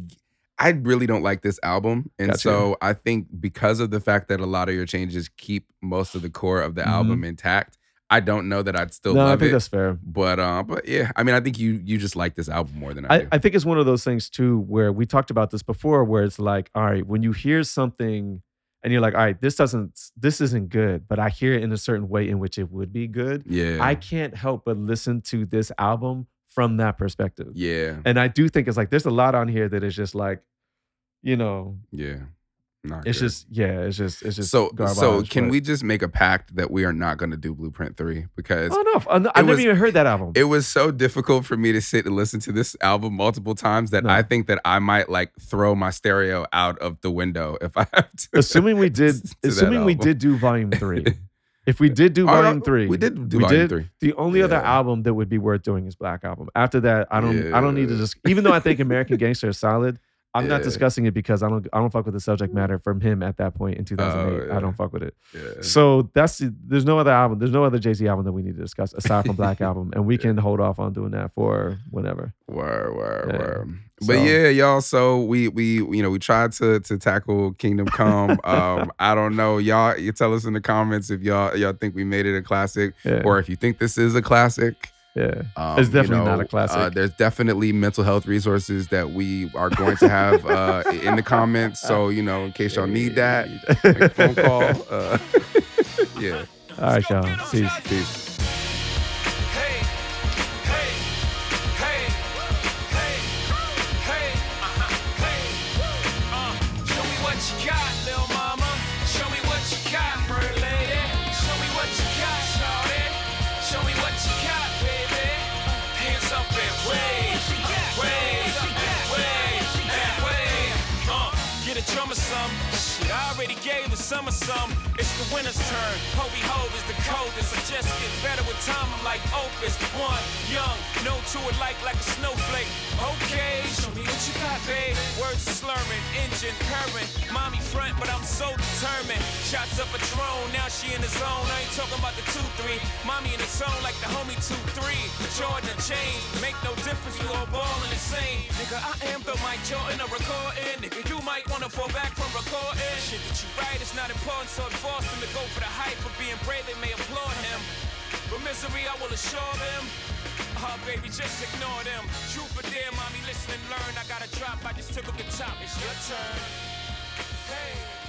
Speaker 1: I really don't like this album. And
Speaker 2: Gotcha.
Speaker 1: so I think because of the fact that a lot of your changes keep most of the core of the
Speaker 2: Mhm.
Speaker 1: album intact, I don't know that I'd still
Speaker 2: no, I
Speaker 1: love
Speaker 2: think
Speaker 1: it.
Speaker 2: that's fair.
Speaker 1: But uh but yeah, I mean I think you you just like this album more than I,
Speaker 2: I,
Speaker 1: do.
Speaker 2: I think it's one of those things too where we talked about this before, where it's like, all right, when you hear something and you're like, all right, this doesn't this isn't good, but I hear it in a certain way in which it would be good.
Speaker 1: yeah.
Speaker 2: I can't help but listen to this album from that perspective.
Speaker 1: yeah.
Speaker 2: And I do think it's like there's a lot on here that is just like, you know,
Speaker 1: Yeah. Not
Speaker 2: It's
Speaker 1: good.
Speaker 2: just yeah, it's just it's just
Speaker 1: so
Speaker 2: garbage,
Speaker 1: so. Can
Speaker 2: but-
Speaker 1: we just make a pact that we are not going to do Blueprint three because
Speaker 2: Oh no, I, I
Speaker 1: it
Speaker 2: never
Speaker 1: was-
Speaker 2: even heard that album.
Speaker 1: it was so difficult for me to sit and listen to this album multiple times that
Speaker 2: No.
Speaker 1: I think that I might like throw my stereo out of the window if I have to.
Speaker 2: assuming we did,
Speaker 1: to that
Speaker 2: assuming we
Speaker 1: album.
Speaker 2: did do volume three. if we did do
Speaker 1: Oh, no,
Speaker 2: volume three,
Speaker 1: we did do
Speaker 2: we
Speaker 1: volume
Speaker 2: did.
Speaker 1: three.
Speaker 2: The only other
Speaker 1: Yeah.
Speaker 2: album that would be worth doing is Black Album. After that, I don't I don't need to
Speaker 1: Yeah.
Speaker 2: just even though I think American Gangster is solid, I'm not
Speaker 1: Yeah.
Speaker 2: discussing it because I don't I don't fuck with the subject matter from him at that point in 2008.
Speaker 1: Oh, yeah.
Speaker 2: I don't fuck with it.
Speaker 1: Yeah.
Speaker 2: So that's the- there's no other album, there's no other Jay-Z album that we need to discuss aside from Black Album and we can hold off on doing that for whenever.
Speaker 1: Word, word,
Speaker 2: Yeah.
Speaker 1: word.
Speaker 2: So-
Speaker 1: But yeah, y'all. So we we you know we tried to to tackle Kingdom Come. um, I don't know, y'all. You tell us in the comments if y'all y'all think we made it a classic,
Speaker 2: Yeah.
Speaker 1: or if you think this is a classic.
Speaker 2: yeah.
Speaker 1: Um,
Speaker 2: It's
Speaker 1: you
Speaker 2: definitely not
Speaker 1: know,
Speaker 2: a classic.
Speaker 1: Uh, there's definitely mental health resources that we are going to have uh, in the comments. So you know, in case y'all need that, make a phone call. Uh, yeah,
Speaker 2: All right, y'all. See you.
Speaker 1: peace.
Speaker 4: Hey, hey, hey, hey, hey, uh-huh, hey. Uh, show me what you got, little mama. Show me what you got, bird lady. Show me what you got, shawty. Show me what you got, baby. Hands up and wave, Uh, wave, wave, and wave. Uh, get a drummer some. Shit, I already gave the summer some. It's the winter's turn. Hobie Hove is the coldest. I just get better with time. I'm like Opus. One, young, no to it like like a snowflake. Okay, show me what you got, babe. Words slurring, engine purring. Mommy front, but I'm so determined. Shots up a drone, now she in the zone. I ain't talking about the 2-3. Mommy in the zone like the homie 2-3. Jordan and James, make no difference, we all ballin' the same. Nigga, I am the Mike Jordan of recording. Nigga, you might wanna fall back from recording. Shit that you write is not important, so it forced him to go for the hype. For being brave, they may applaud him. But misery, I will assure them. Oh, baby, just ignore them. True for dear, mommy, listen and learn. I got to drop, I just took up the top. It's your turn. Hey.